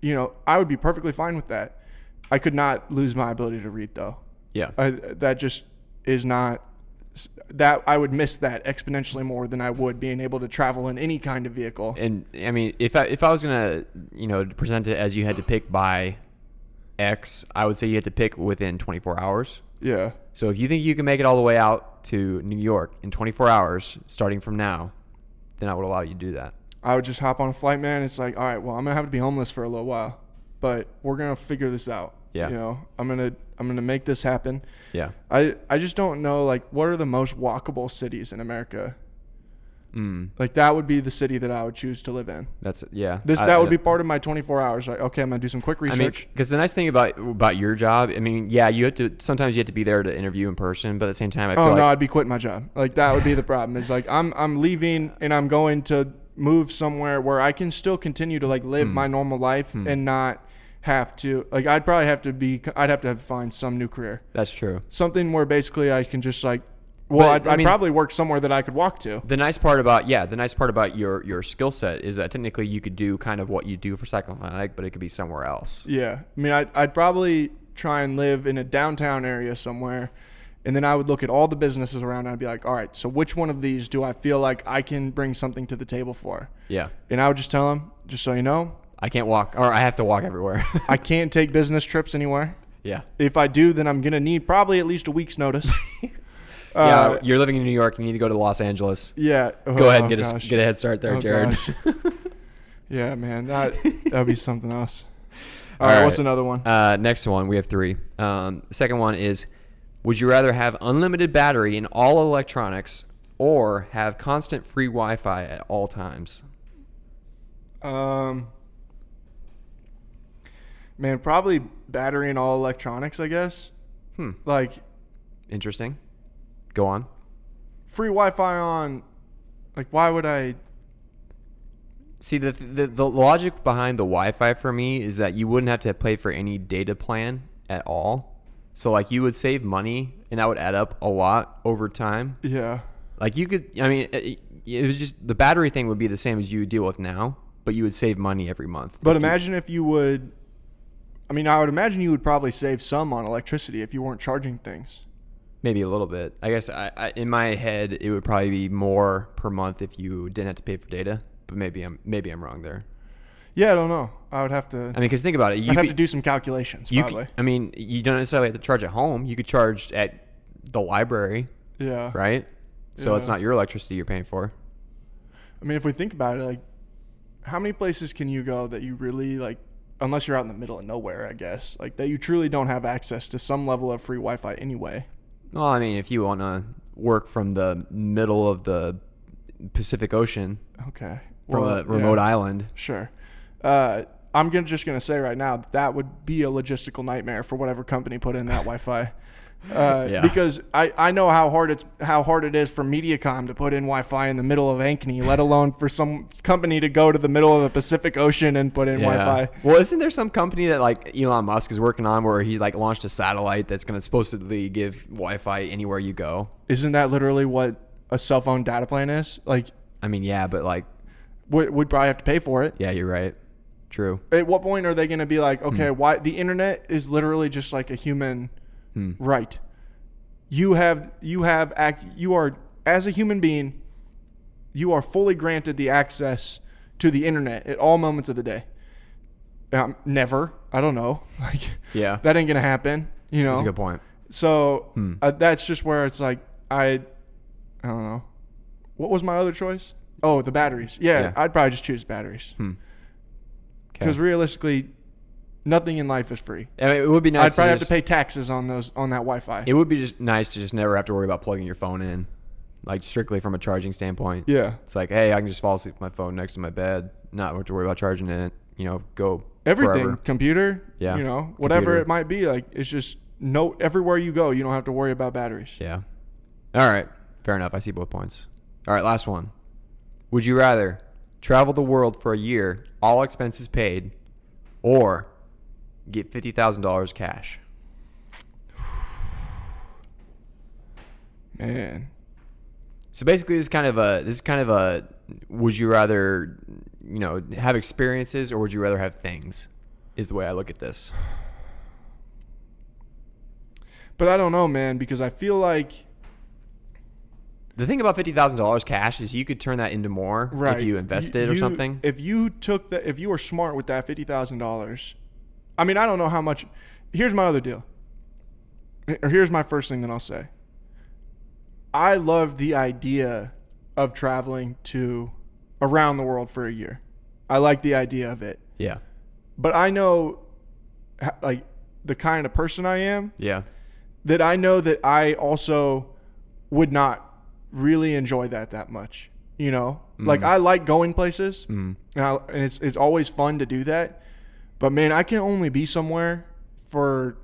Speaker 1: you know, I would be perfectly fine with that. I could not lose my ability to read though.
Speaker 2: Yeah.
Speaker 1: I, that just is not that I would miss that exponentially more than I would being able to travel in any kind of vehicle.
Speaker 2: and I mean, if I if I was gonna you know present it as you had to pick by X, I would say you had to pick within 24 hours.
Speaker 1: Yeah.
Speaker 2: So if you think you can make it all the way out to New York in 24 hours, starting from now, then I would allow you to do that.
Speaker 1: I would just hop on a flight, man. It's like, all right, well, I'm gonna have to be homeless for a little while, but we're gonna figure this out.
Speaker 2: Yeah.
Speaker 1: You know, I'm gonna I'm gonna make this happen.
Speaker 2: Yeah.
Speaker 1: I I just don't know like what are the most walkable cities in America.
Speaker 2: Mm,
Speaker 1: Like that would be the city that I would choose to live in.
Speaker 2: that's yeah.
Speaker 1: This
Speaker 2: I-
Speaker 1: that
Speaker 2: I
Speaker 1: would be
Speaker 2: don't-
Speaker 1: part of my 24 hours. Like, okay, I'm gonna do some quick
Speaker 2: I mean,
Speaker 1: research.
Speaker 2: because the nice thing about about your job, I mean, yeah, you have to sometimes you have to be there to interview in person, but at the same time, I feel
Speaker 1: oh
Speaker 2: like
Speaker 1: no, I'd be quitting my job. Like that would be the problem. It's like I'm I'm leaving and I'm going to move somewhere where I can still continue to like live
Speaker 2: Hmm.
Speaker 1: my normal life and not have to like I'd probably have to be I'd have to have find some new career.
Speaker 2: that's true.
Speaker 1: Something where basically I can just like well,
Speaker 2: But,
Speaker 1: I'd,
Speaker 2: I
Speaker 1: I would
Speaker 2: mean-
Speaker 1: probably work somewhere that I could walk to.
Speaker 2: The nice part about yeah, the nice part about your your skill set is that technically you could do kind of what you do for psychokinetic, but it could be somewhere else.
Speaker 1: Yeah. I mean, I'd, I'd probably try and live in a downtown area somewhere. And then I would look at all the businesses around and I'd be like, all right, so which one of these do I feel like I can bring something to the table for?
Speaker 2: Yeah,
Speaker 1: And I would just tell them, just so you know,
Speaker 2: I can't walk, or I have to walk everywhere.
Speaker 1: I can't take business trips anywhere.
Speaker 2: yeah,
Speaker 1: If I do, then I'm going to need probably at least a week's notice.
Speaker 2: yeah.
Speaker 1: Uh,
Speaker 2: You're living in New York. You need to go to Los Angeles.
Speaker 1: yeah.
Speaker 2: Go ahead and
Speaker 1: Oh,
Speaker 2: get a s-
Speaker 1: gosh.
Speaker 2: get a head start there,
Speaker 1: Oh,
Speaker 2: Jared.
Speaker 1: gosh. yeah, man. That that'd be something else. all
Speaker 2: All
Speaker 1: right,
Speaker 2: right.
Speaker 1: what's another one?
Speaker 2: Uh, next one, we have three. Um, second one is Would you rather have unlimited battery in all electronics or have constant free Wi Fi at all times?
Speaker 1: Um, man, probably battery and all electronics, I guess.
Speaker 2: Hmm.
Speaker 1: Like
Speaker 2: Interesting. Go on.
Speaker 1: free Wi-Fi on. Like, why would I?
Speaker 2: See, the, the, the logic behind the Wi Fi for me is that you wouldn't have to pay for any data plan at all. So, like, you would save money and that would add up a lot over time.
Speaker 1: Yeah,
Speaker 2: Like, you could, I mean, it, it was just the battery thing would be the same as you deal with now, but you would save money every month.
Speaker 1: but
Speaker 2: If you-
Speaker 1: imagine if you would. I mean, I would imagine you would probably save some on electricity if you weren't charging things.
Speaker 2: Maybe a little bit. I guess I, I in my head it would probably be more per month if you didn't have to pay for data, but maybe I'm maybe I'm wrong there.
Speaker 1: Yeah, I don't know. I would have to.
Speaker 2: I mean, because think about it, you
Speaker 1: I'd have to
Speaker 2: could-
Speaker 1: do some calculations,
Speaker 2: you
Speaker 1: probably.
Speaker 2: could- I mean, you don't necessarily have to charge at home. You could charge at the library,
Speaker 1: yeah.
Speaker 2: right? So it's
Speaker 1: Yeah.
Speaker 2: not your electricity you're paying for.
Speaker 1: I mean, if we think about it, like, how many places can you go that you really like, unless you're out in the middle of nowhere, I guess, like that you truly don't have access to some level of free Wi-Fi anyway.
Speaker 2: Well, I mean, if you want to work from the middle of the Pacific Ocean
Speaker 1: Okay.
Speaker 2: from
Speaker 1: Well,
Speaker 2: a remote
Speaker 1: yeah,
Speaker 2: island,
Speaker 1: Sure. Uh, I'm gonna, just gonna say right now that that would be a logistical nightmare for whatever company put in that Wi-Fi. Uh,
Speaker 2: Yeah.
Speaker 1: Because I, I know how hard it's how hard it is for MediaCom to put in Wi-Fi in the middle of Ankeny, let alone for some company to go to the middle of the Pacific Ocean and put in Wi-Fi.
Speaker 2: Well, isn't there some company that like Elon Musk is working on where he like launched a satellite that's going to supposedly give Wi-Fi anywhere you go?
Speaker 1: Isn't that literally what a cell phone data plan is? Like,
Speaker 2: I mean, yeah, but like,
Speaker 1: we, we'd probably have to pay for it.
Speaker 2: yeah, you're right. True.
Speaker 1: At what point are they going to be like, okay,
Speaker 2: Hmm.
Speaker 1: why the internet is literally just like a human
Speaker 2: Hmm.
Speaker 1: right? You have you have ac- you are as a human being, you are fully granted the access to the internet at all moments of the day. Um, never, I don't know, like
Speaker 2: Yeah,
Speaker 1: that ain't gonna happen. You know,
Speaker 2: that's a good point.
Speaker 1: So
Speaker 2: Hmm.
Speaker 1: uh, that's just where it's like I, I don't know. What was my other choice? Oh, the batteries. Yeah,
Speaker 2: Yeah. Hmm.
Speaker 1: I'd probably just choose batteries because realistically, nothing in life is free.
Speaker 2: I mean, it would be nice.
Speaker 1: I'd probably have
Speaker 2: just-
Speaker 1: to pay taxes on those on that Wi-Fi.
Speaker 2: It would be just nice to just never have to worry about plugging your phone in, like strictly from a charging standpoint.
Speaker 1: yeah,
Speaker 2: It's like, hey, I can just fall asleep with my phone next to my bed, not have to worry about charging it. You know, go
Speaker 1: everything,
Speaker 2: forever.
Speaker 1: computer.
Speaker 2: Yeah,
Speaker 1: you know, whatever
Speaker 2: computer.
Speaker 1: it might be, like it's just no. Everywhere you go, you don't have to worry about batteries.
Speaker 2: Yeah. All right. Fair enough. I see both points. All right. Last one. Would you rather travel the world for a year, all expenses paid, or get fifty thousand dollars cash?
Speaker 1: Man,
Speaker 2: So basically, this is kind of a this is kind of a would you rather you know have experiences or would you rather have things? Is the way I look at this.
Speaker 1: but I don't know, man, because I feel like
Speaker 2: The thing about fifty thousand dollars cash is you could turn that into more
Speaker 1: right
Speaker 2: if you invested or
Speaker 1: you-
Speaker 2: something.
Speaker 1: If you took the, if you were smart with that fifty thousand dollars, I mean, I don't know how much. Here's my other deal. Or here's my first thing that I'll say. I love the idea of traveling to around the world for a year. I like the idea of it,
Speaker 2: yeah,
Speaker 1: but I know, h- like, the kind of person I am
Speaker 2: yeah,
Speaker 1: that I know that I also would not really enjoy that that much. You know,
Speaker 2: Mm.
Speaker 1: like I like going places, and, I, and it's it's always fun to do that. But man, I can only be somewhere for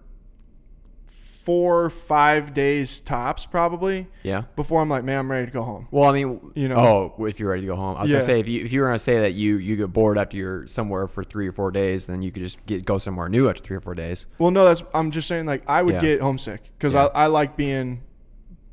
Speaker 1: four five days tops probably
Speaker 2: yeah.
Speaker 1: before I'm like, man, I'm ready to go home.
Speaker 2: Well, I mean,
Speaker 1: You
Speaker 2: you
Speaker 1: know.
Speaker 2: know, oh, if you're ready to go home, I was
Speaker 1: Yeah.
Speaker 2: gonna say if you if you were gonna say that you you get bored after you're somewhere for three or four days, then you could just get go somewhere new after three or four days.
Speaker 1: Well, no, that's I'm just saying like I would
Speaker 2: Yeah.
Speaker 1: get homesick because
Speaker 2: Yeah.
Speaker 1: I, I like being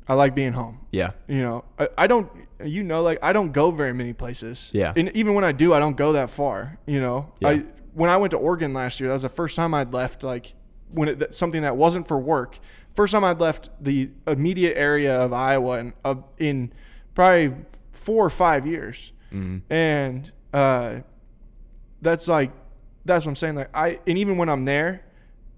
Speaker 1: I like being home.
Speaker 2: Yeah,
Speaker 1: you know I, I don't you know like i don't go very many places
Speaker 2: Yeah.
Speaker 1: and even when i do i don't go that far you know
Speaker 2: Yeah.
Speaker 1: i when i went to oregon last year that was the first time i'd left like when it, that, something that wasn't for work first time i'd left the immediate area of iowa in, uh, in probably four or five years
Speaker 2: Mm-hmm.
Speaker 1: and uh, that's like that's what i'm saying like i and even when i'm there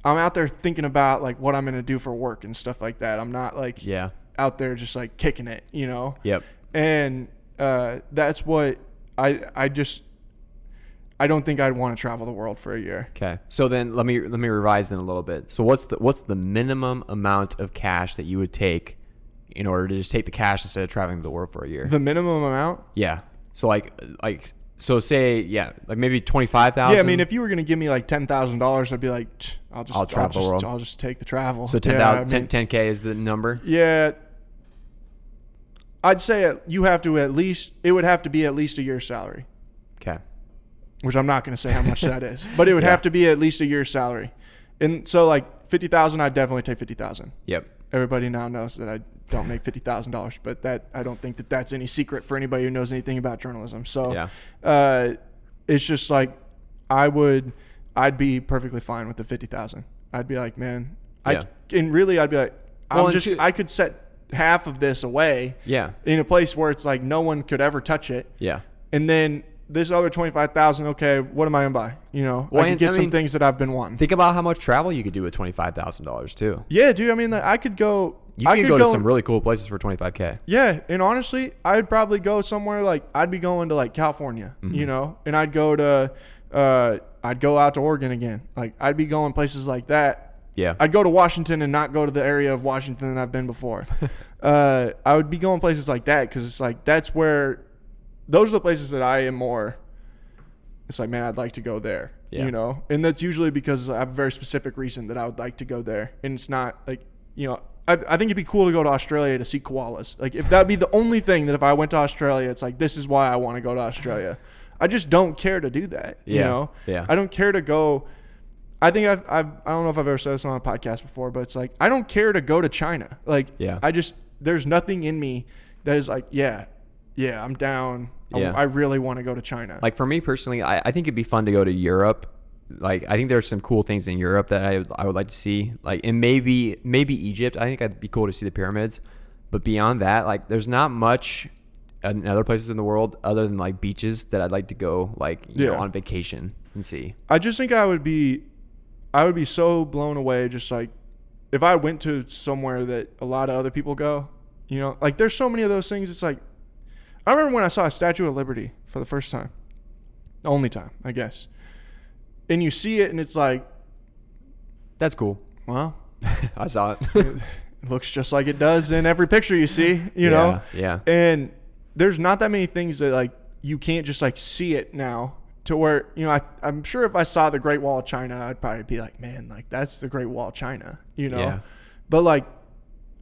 Speaker 1: i'm out there thinking about like what i'm going to do for work and stuff like that i'm not like
Speaker 2: yeah,
Speaker 1: out there just like kicking it, you know.
Speaker 2: yep,
Speaker 1: And uh, that's what I I just I don't think I'd want to travel the world for a year.
Speaker 2: okay. So then let me let me revise then a little bit. So what's the what's the minimum amount of cash that you would take in order to just take the cash instead of traveling the world for a year?
Speaker 1: The minimum amount.
Speaker 2: yeah. So like like so say yeah like maybe twenty five thousand.
Speaker 1: Yeah, I mean, if you were gonna give me like ten thousand dollars, I'd be like, "Tch, I'll just
Speaker 2: I'll
Speaker 1: I'll
Speaker 2: travel the
Speaker 1: just,
Speaker 2: world."
Speaker 1: I'll just take the travel.
Speaker 2: so ten
Speaker 1: yeah, I
Speaker 2: thousand
Speaker 1: mean,
Speaker 2: ten k is the number.
Speaker 1: yeah. I'd say at- you have to at least it would have to be at least a year's salary,
Speaker 2: Okay.
Speaker 1: which I'm not gonna say how much that is, but it would have to be at least a year's salary. And so like fifty thousand, I'd definitely take fifty thousand.
Speaker 2: Yep.
Speaker 1: everybody now knows that I don't make fifty thousand dollars, but that I don't think that that's any secret for anybody who knows anything about journalism. So,
Speaker 2: Yeah.
Speaker 1: uh, it's just like I would, I'd be perfectly fine with the fifty thousand. I'd be like, man,
Speaker 2: Yeah.
Speaker 1: I and really I'd be like, I'm
Speaker 2: Well, and
Speaker 1: just
Speaker 2: two-
Speaker 1: I could set half of this away
Speaker 2: Yeah.
Speaker 1: in a place where it's like no one could ever touch it,
Speaker 2: Yeah.
Speaker 1: and then. This other twenty five thousand, okay. What am I gonna buy? You know,
Speaker 2: Well,
Speaker 1: I can
Speaker 2: and-
Speaker 1: get
Speaker 2: I
Speaker 1: some
Speaker 2: mean-
Speaker 1: things that I've been wanting.
Speaker 2: Think about how much travel you could do with twenty five thousand dollars too.
Speaker 1: yeah, dude. I mean, like, I could go.
Speaker 2: You
Speaker 1: I
Speaker 2: could
Speaker 1: could
Speaker 2: go, to some really cool places for twenty five k.
Speaker 1: Yeah, and honestly, I'd probably go somewhere like I'd be going to like California, you know, and I'd go to uh I'd go out to Oregon again. Like I'd be going places like that.
Speaker 2: Yeah.
Speaker 1: I'd go to Washington and not go to the area of Washington that I've been before. uh I would be going places like that cuz it's like that's where those are the places that I am more it's like man, I'd like to go there,
Speaker 2: Yeah.
Speaker 1: you know. And that's usually because I have a very specific reason that I would like to go there and it's not like, you know, I, I think it'd be cool to go to Australia to see koalas. Like, if that'd be the only thing that if I went to Australia, it's like, this is why I want to go to Australia. I just don't care to do that. You
Speaker 2: Yeah,
Speaker 1: know?
Speaker 2: yeah.
Speaker 1: I don't care to go. I think I've, I've, I don't know if I've ever said this on a podcast before, but it's like, I don't care to go to China. Like,
Speaker 2: Yeah.
Speaker 1: I just, there's nothing in me that is like, yeah, yeah, I'm down. I-
Speaker 2: Yeah.
Speaker 1: I, really want to go to China.
Speaker 2: Like for me personally, I, I think it'd be fun to go to Europe. Like I think there's some cool things in Europe that I I would like to see. Like and maybe maybe Egypt. I think it'd be cool to see the pyramids. But beyond that, like there's not much in other places in the world other than like beaches that I'd like to go like you know,
Speaker 1: Yeah.
Speaker 2: on vacation and see.
Speaker 1: I just think I would be, I would be so blown away just like if I went to somewhere that a lot of other people go, you know, like there's so many of those things. It's like, I remember when I saw a Statue of Liberty for the first time, the only time, I guess. And you see it, and it's like,
Speaker 2: That's cool.
Speaker 1: well,
Speaker 2: I saw it.
Speaker 1: it looks just like it does in every picture you see, you know?
Speaker 2: Yeah,
Speaker 1: And there's not that many things that like you can't just like see it now to where, you know, I, I'm sure if I saw the Great Wall of China, I'd probably be like, man, like that's the Great Wall of China, you know?
Speaker 2: Yeah.
Speaker 1: But like,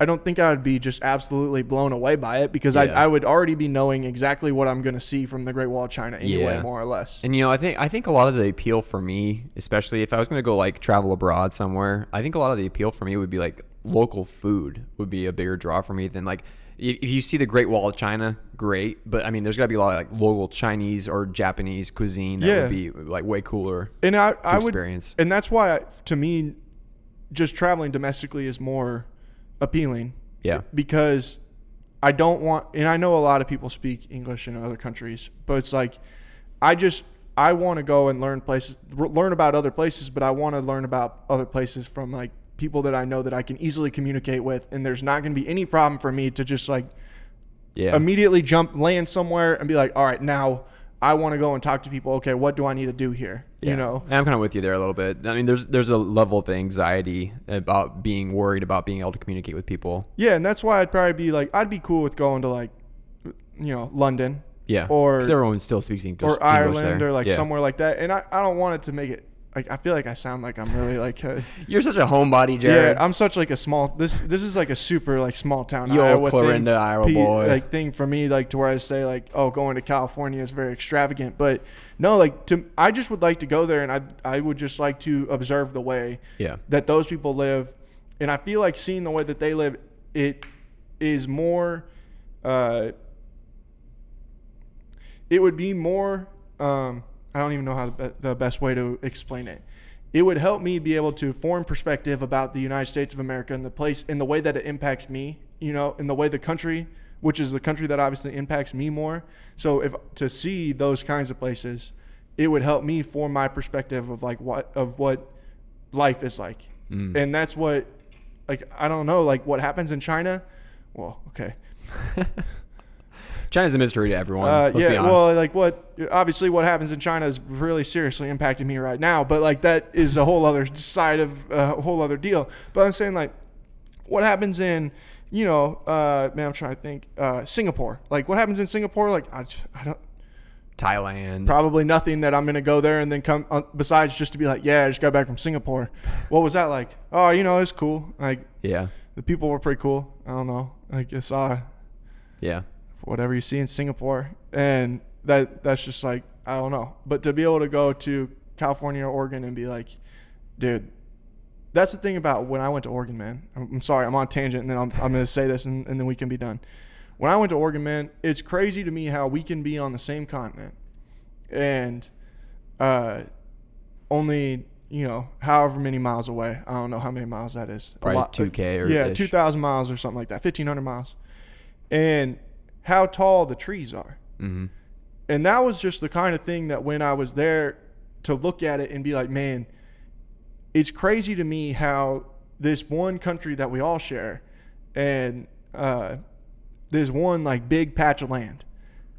Speaker 1: I don't think I would be just absolutely blown away by it because
Speaker 2: Yeah.
Speaker 1: I, I would already be knowing exactly what I'm going to see from the Great Wall of China anyway,
Speaker 2: Yeah.
Speaker 1: more or less.
Speaker 2: And you know, I think I think a lot of the appeal for me, especially if I was going to go like travel abroad somewhere, I think a lot of the appeal for me would be like local food would be a bigger draw for me than like i- if you see the Great Wall of China, great, but I mean, there's got to be a lot of like local Chinese or Japanese cuisine that
Speaker 1: Yeah.
Speaker 2: would be like way cooler.
Speaker 1: and I, I would,
Speaker 2: experience.
Speaker 1: and that's why to me, just traveling domestically is more appealing
Speaker 2: Yeah.
Speaker 1: because I don't want, and I know a lot of people speak English in other countries, but it's like I just I want to go and learn places, r- learn about other places, but I want to learn about other places from like people that I know that I can easily communicate with, and there's not going to be any problem for me to just like
Speaker 2: Yeah.
Speaker 1: immediately jump land somewhere and be like, all right, now I want to go and talk to people. Okay, what do I need to do here?
Speaker 2: Yeah.
Speaker 1: You know,
Speaker 2: And I'm kind of with you there a little bit. I mean, there's there's a level of anxiety about being worried about being able to communicate with people.
Speaker 1: yeah, and that's why I'd probably be like, I'd be cool with going to like, you know, London.
Speaker 2: Yeah,
Speaker 1: Or-
Speaker 2: 'Cause everyone still speaks English
Speaker 1: or
Speaker 2: English
Speaker 1: Ireland
Speaker 2: there.
Speaker 1: or like
Speaker 2: Yeah.
Speaker 1: somewhere like that. And I, I don't want it to make it like I feel like I sound like I'm really like a,
Speaker 2: You're such a homebody,
Speaker 1: yeah
Speaker 2: Jared.
Speaker 1: I'm such like a small this this is like a super like small town
Speaker 2: Yo,
Speaker 1: Iowa
Speaker 2: Clarinda,
Speaker 1: thing,
Speaker 2: Iowa
Speaker 1: pe-
Speaker 2: boy.
Speaker 1: like thing for me like to where I say like oh going to California is very extravagant but no like to I just would like to go there and I I would just like to observe the way
Speaker 2: yeah.
Speaker 1: that those people live and i feel like seeing the way that they live it is more uh, it would be more um, i don't even know how the, be- the best way to explain it it would help me be able to form perspective about the united states of america and the place and the way that it impacts me you know and the way the country which is the country that obviously impacts me more so if to see those kinds of places it would help me form my perspective of like what of what life is like.
Speaker 2: Mm.
Speaker 1: And that's what, like, I don't know, like what happens in China. Well, okay.
Speaker 2: China's a mystery to everyone.
Speaker 1: Uh,
Speaker 2: let's be
Speaker 1: yeah,
Speaker 2: honest.
Speaker 1: well, like what, obviously what happens in China is really seriously impacting me right now, but like that is a whole other side of uh, a whole other deal. But I'm saying like what happens in, you know, uh, man, I'm trying to think, uh, Singapore, like what happens in Singapore? Like I, just- I don't,
Speaker 2: Thailand.
Speaker 1: probably nothing that I'm going to go there and then come uh, besides just to be like, yeah, I just got back from Singapore. What was that like? Oh, you know, it's cool. Like
Speaker 2: yeah.
Speaker 1: the people were pretty cool. I don't know. I guess uh,
Speaker 2: Yeah.
Speaker 1: whatever you see in Singapore, and that that's just like I don't know. But to be able to go to California or Oregon and be like, dude, that's the thing about when I went to Oregon, man. I'm, I'm sorry, I'm on tangent, and then I'm I'm gonna say this, and, and then we can be done. When I went to Oregon, man, it's crazy to me how we can be on the same continent, and uh, only you know however many miles away. I don't know how many miles that is. A
Speaker 2: Probably
Speaker 1: lot- uh,
Speaker 2: 2K or
Speaker 1: yeah,
Speaker 2: ish.
Speaker 1: two thousand miles or something like that, fifteen hundred miles, and how tall the trees are.
Speaker 2: hmm
Speaker 1: And that was just the kind of thing that when I was there to look at it and be like, man, it's crazy to me how this one country that we all share and uh, this one like big patch of land,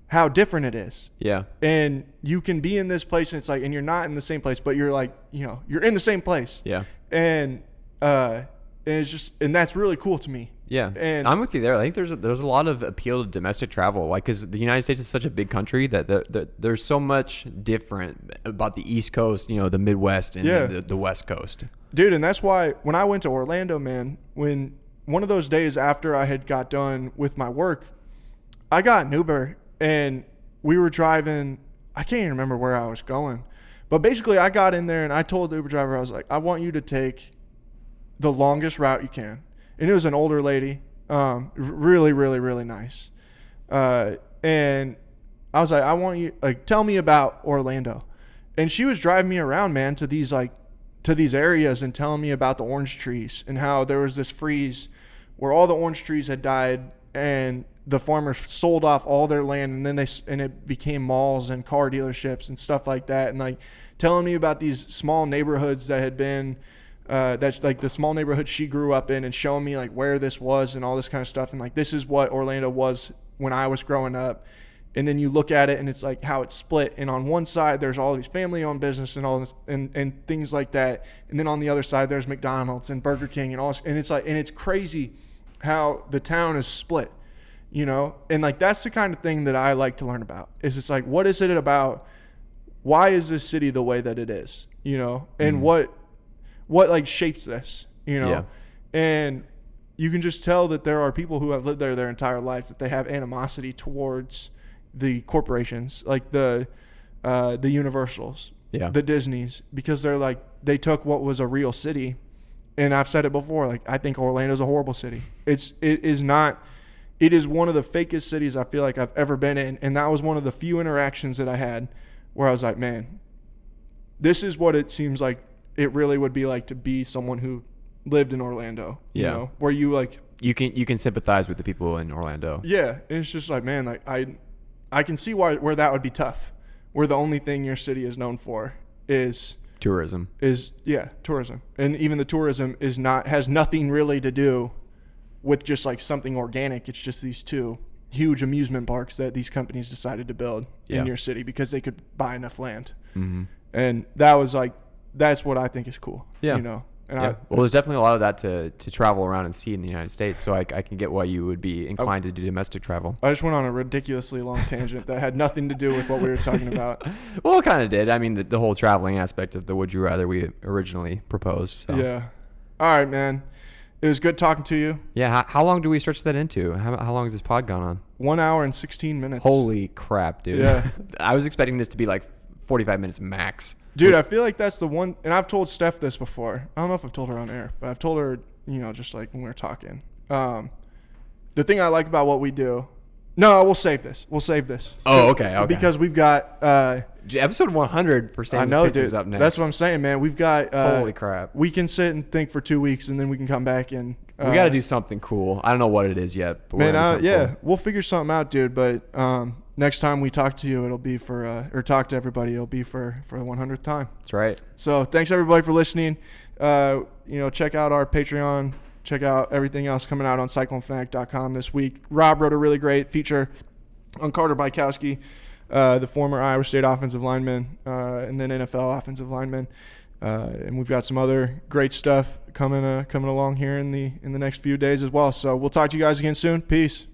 Speaker 1: how different it is.
Speaker 2: Yeah.
Speaker 1: And you can be in this place and it's like, and you're not in the same place, but you're like, you know, you're in the same place.
Speaker 2: Yeah.
Speaker 1: And, uh, and it's just, and that's really cool to me.
Speaker 2: Yeah.
Speaker 1: And-
Speaker 2: I'm with you there. I think there's a, there's a lot of appeal to domestic travel, like because the United States is such a big country that the, the, there's so much different about the East Coast, you know, the Midwest and
Speaker 1: Yeah.
Speaker 2: the, the West Coast.
Speaker 1: dude and that's why when i went to orlando man when one of those days after i had got done with my work i got an uber and we were driving i can't even remember where i was going but basically i got in there and i told the uber driver i was like i want you to take the longest route you can and it was an older lady um, r- really really really nice uh, and I was like, I want you like tell me about Orlando, and she was driving me around, man, to these like to these areas and telling me about the orange trees and how there was this freeze where all the orange trees had died and the farmers sold off all their land and then they s- and it became malls and car dealerships and stuff like that and like telling me about these small neighborhoods that had been uh, that's like the small neighborhood she grew up in and showing me like where this was and all this kind of stuff and like this is what Orlando was when I was growing up. And then you look at it and it's like how it's split and on one side there's all these family owned business and all this and, and things like that. And then on the other side there's McDonald's and Burger King and all this, and it's like and it's crazy how the town is split. You know? And like that's the kind of thing that I like to learn about. Is it's like what is it about why is this city the way that it is? You know? And what what like shapes this, you know?
Speaker 2: Yeah.
Speaker 1: And you can just tell that there are people who have lived there their entire lives that they have animosity towards the corporations, like the uh, the Universals,
Speaker 2: Yeah.
Speaker 1: the Disneys, because they're like they took what was a real city, and I've said it before. Like I think Orlando's a horrible city. It's it is not. It is one of the fakest cities I feel like I've ever been in, and that was one of the few interactions that I had where I was like, man, this is what it seems like it really would be like to be someone who lived in Orlando.
Speaker 2: Yeah.
Speaker 1: You know, where you like
Speaker 2: You can you can sympathize with the people in Orlando.
Speaker 1: yeah, and it's just like man, like I, I can see why where that would be tough. Where the only thing your city is known for is
Speaker 2: Tourism.
Speaker 1: is yeah tourism, and even the tourism is not has nothing really to do with just like something organic. It's just these two huge amusement parks that these companies decided to build
Speaker 2: Yeah.
Speaker 1: in your city because they could buy enough land, mm-hmm. and that was like that's what I think is cool.
Speaker 2: Yeah.
Speaker 1: you know, and
Speaker 2: Yeah. Well, there's definitely a lot of that to, to travel around and see in the United States. So I, I can get why you would
Speaker 1: Oh.
Speaker 2: be inclined to do domestic travel.
Speaker 1: I I just went on a ridiculously long tangent that had nothing to do with what we were talking about.
Speaker 2: Well, it kind of did. I mean, the, the whole traveling aspect of the would you rather we originally proposed. So.
Speaker 1: Yeah. All right, man. It was good talking to you.
Speaker 2: Yeah. How, how long do we stretch that into? How, how long has this pod gone on?
Speaker 1: One hour and 16 minutes.
Speaker 2: Holy crap, dude.
Speaker 1: Yeah.
Speaker 2: I was expecting this to be like 45 minutes max.
Speaker 1: Dude, I feel like that's the one. And I've told Steph this before. I don't know if I've told her on air, but I've told her, you know, just like when we were talking. Um, the thing I like about what we do. No, we'll save this. We'll save this.
Speaker 2: Oh, okay. Okay.
Speaker 1: Because we've got. Uh,
Speaker 2: Dude, episode 100 for
Speaker 1: I
Speaker 2: Sam's
Speaker 1: know,
Speaker 2: Pits
Speaker 1: dude.
Speaker 2: is up next.
Speaker 1: That's what I'm saying, man. We've got. Uh,
Speaker 2: Holy crap.
Speaker 1: We can sit and think for two weeks, and then we can come back and. Uh,
Speaker 2: we got to do something cool. I don't know what it is yet, but
Speaker 1: Man,
Speaker 2: we're gonna do
Speaker 1: I,
Speaker 2: something
Speaker 1: yeah,
Speaker 2: cool.
Speaker 1: we'll figure something out, dude. But um, next time we talk to you, it'll be for uh, or talk to everybody, it'll be for for the 100th time.
Speaker 2: That's right.
Speaker 1: So thanks everybody for listening. Uh, you know, check out our Patreon. Check out everything else coming out on CycloneFanatic.com this week. Rob wrote a really great feature on Carter Bykowski, uh, the former Iowa State offensive lineman uh, and then NFL offensive lineman. Uh, and we've got some other great stuff coming uh, coming along here in the in the next few days as well. So we'll talk to you guys again soon. Peace.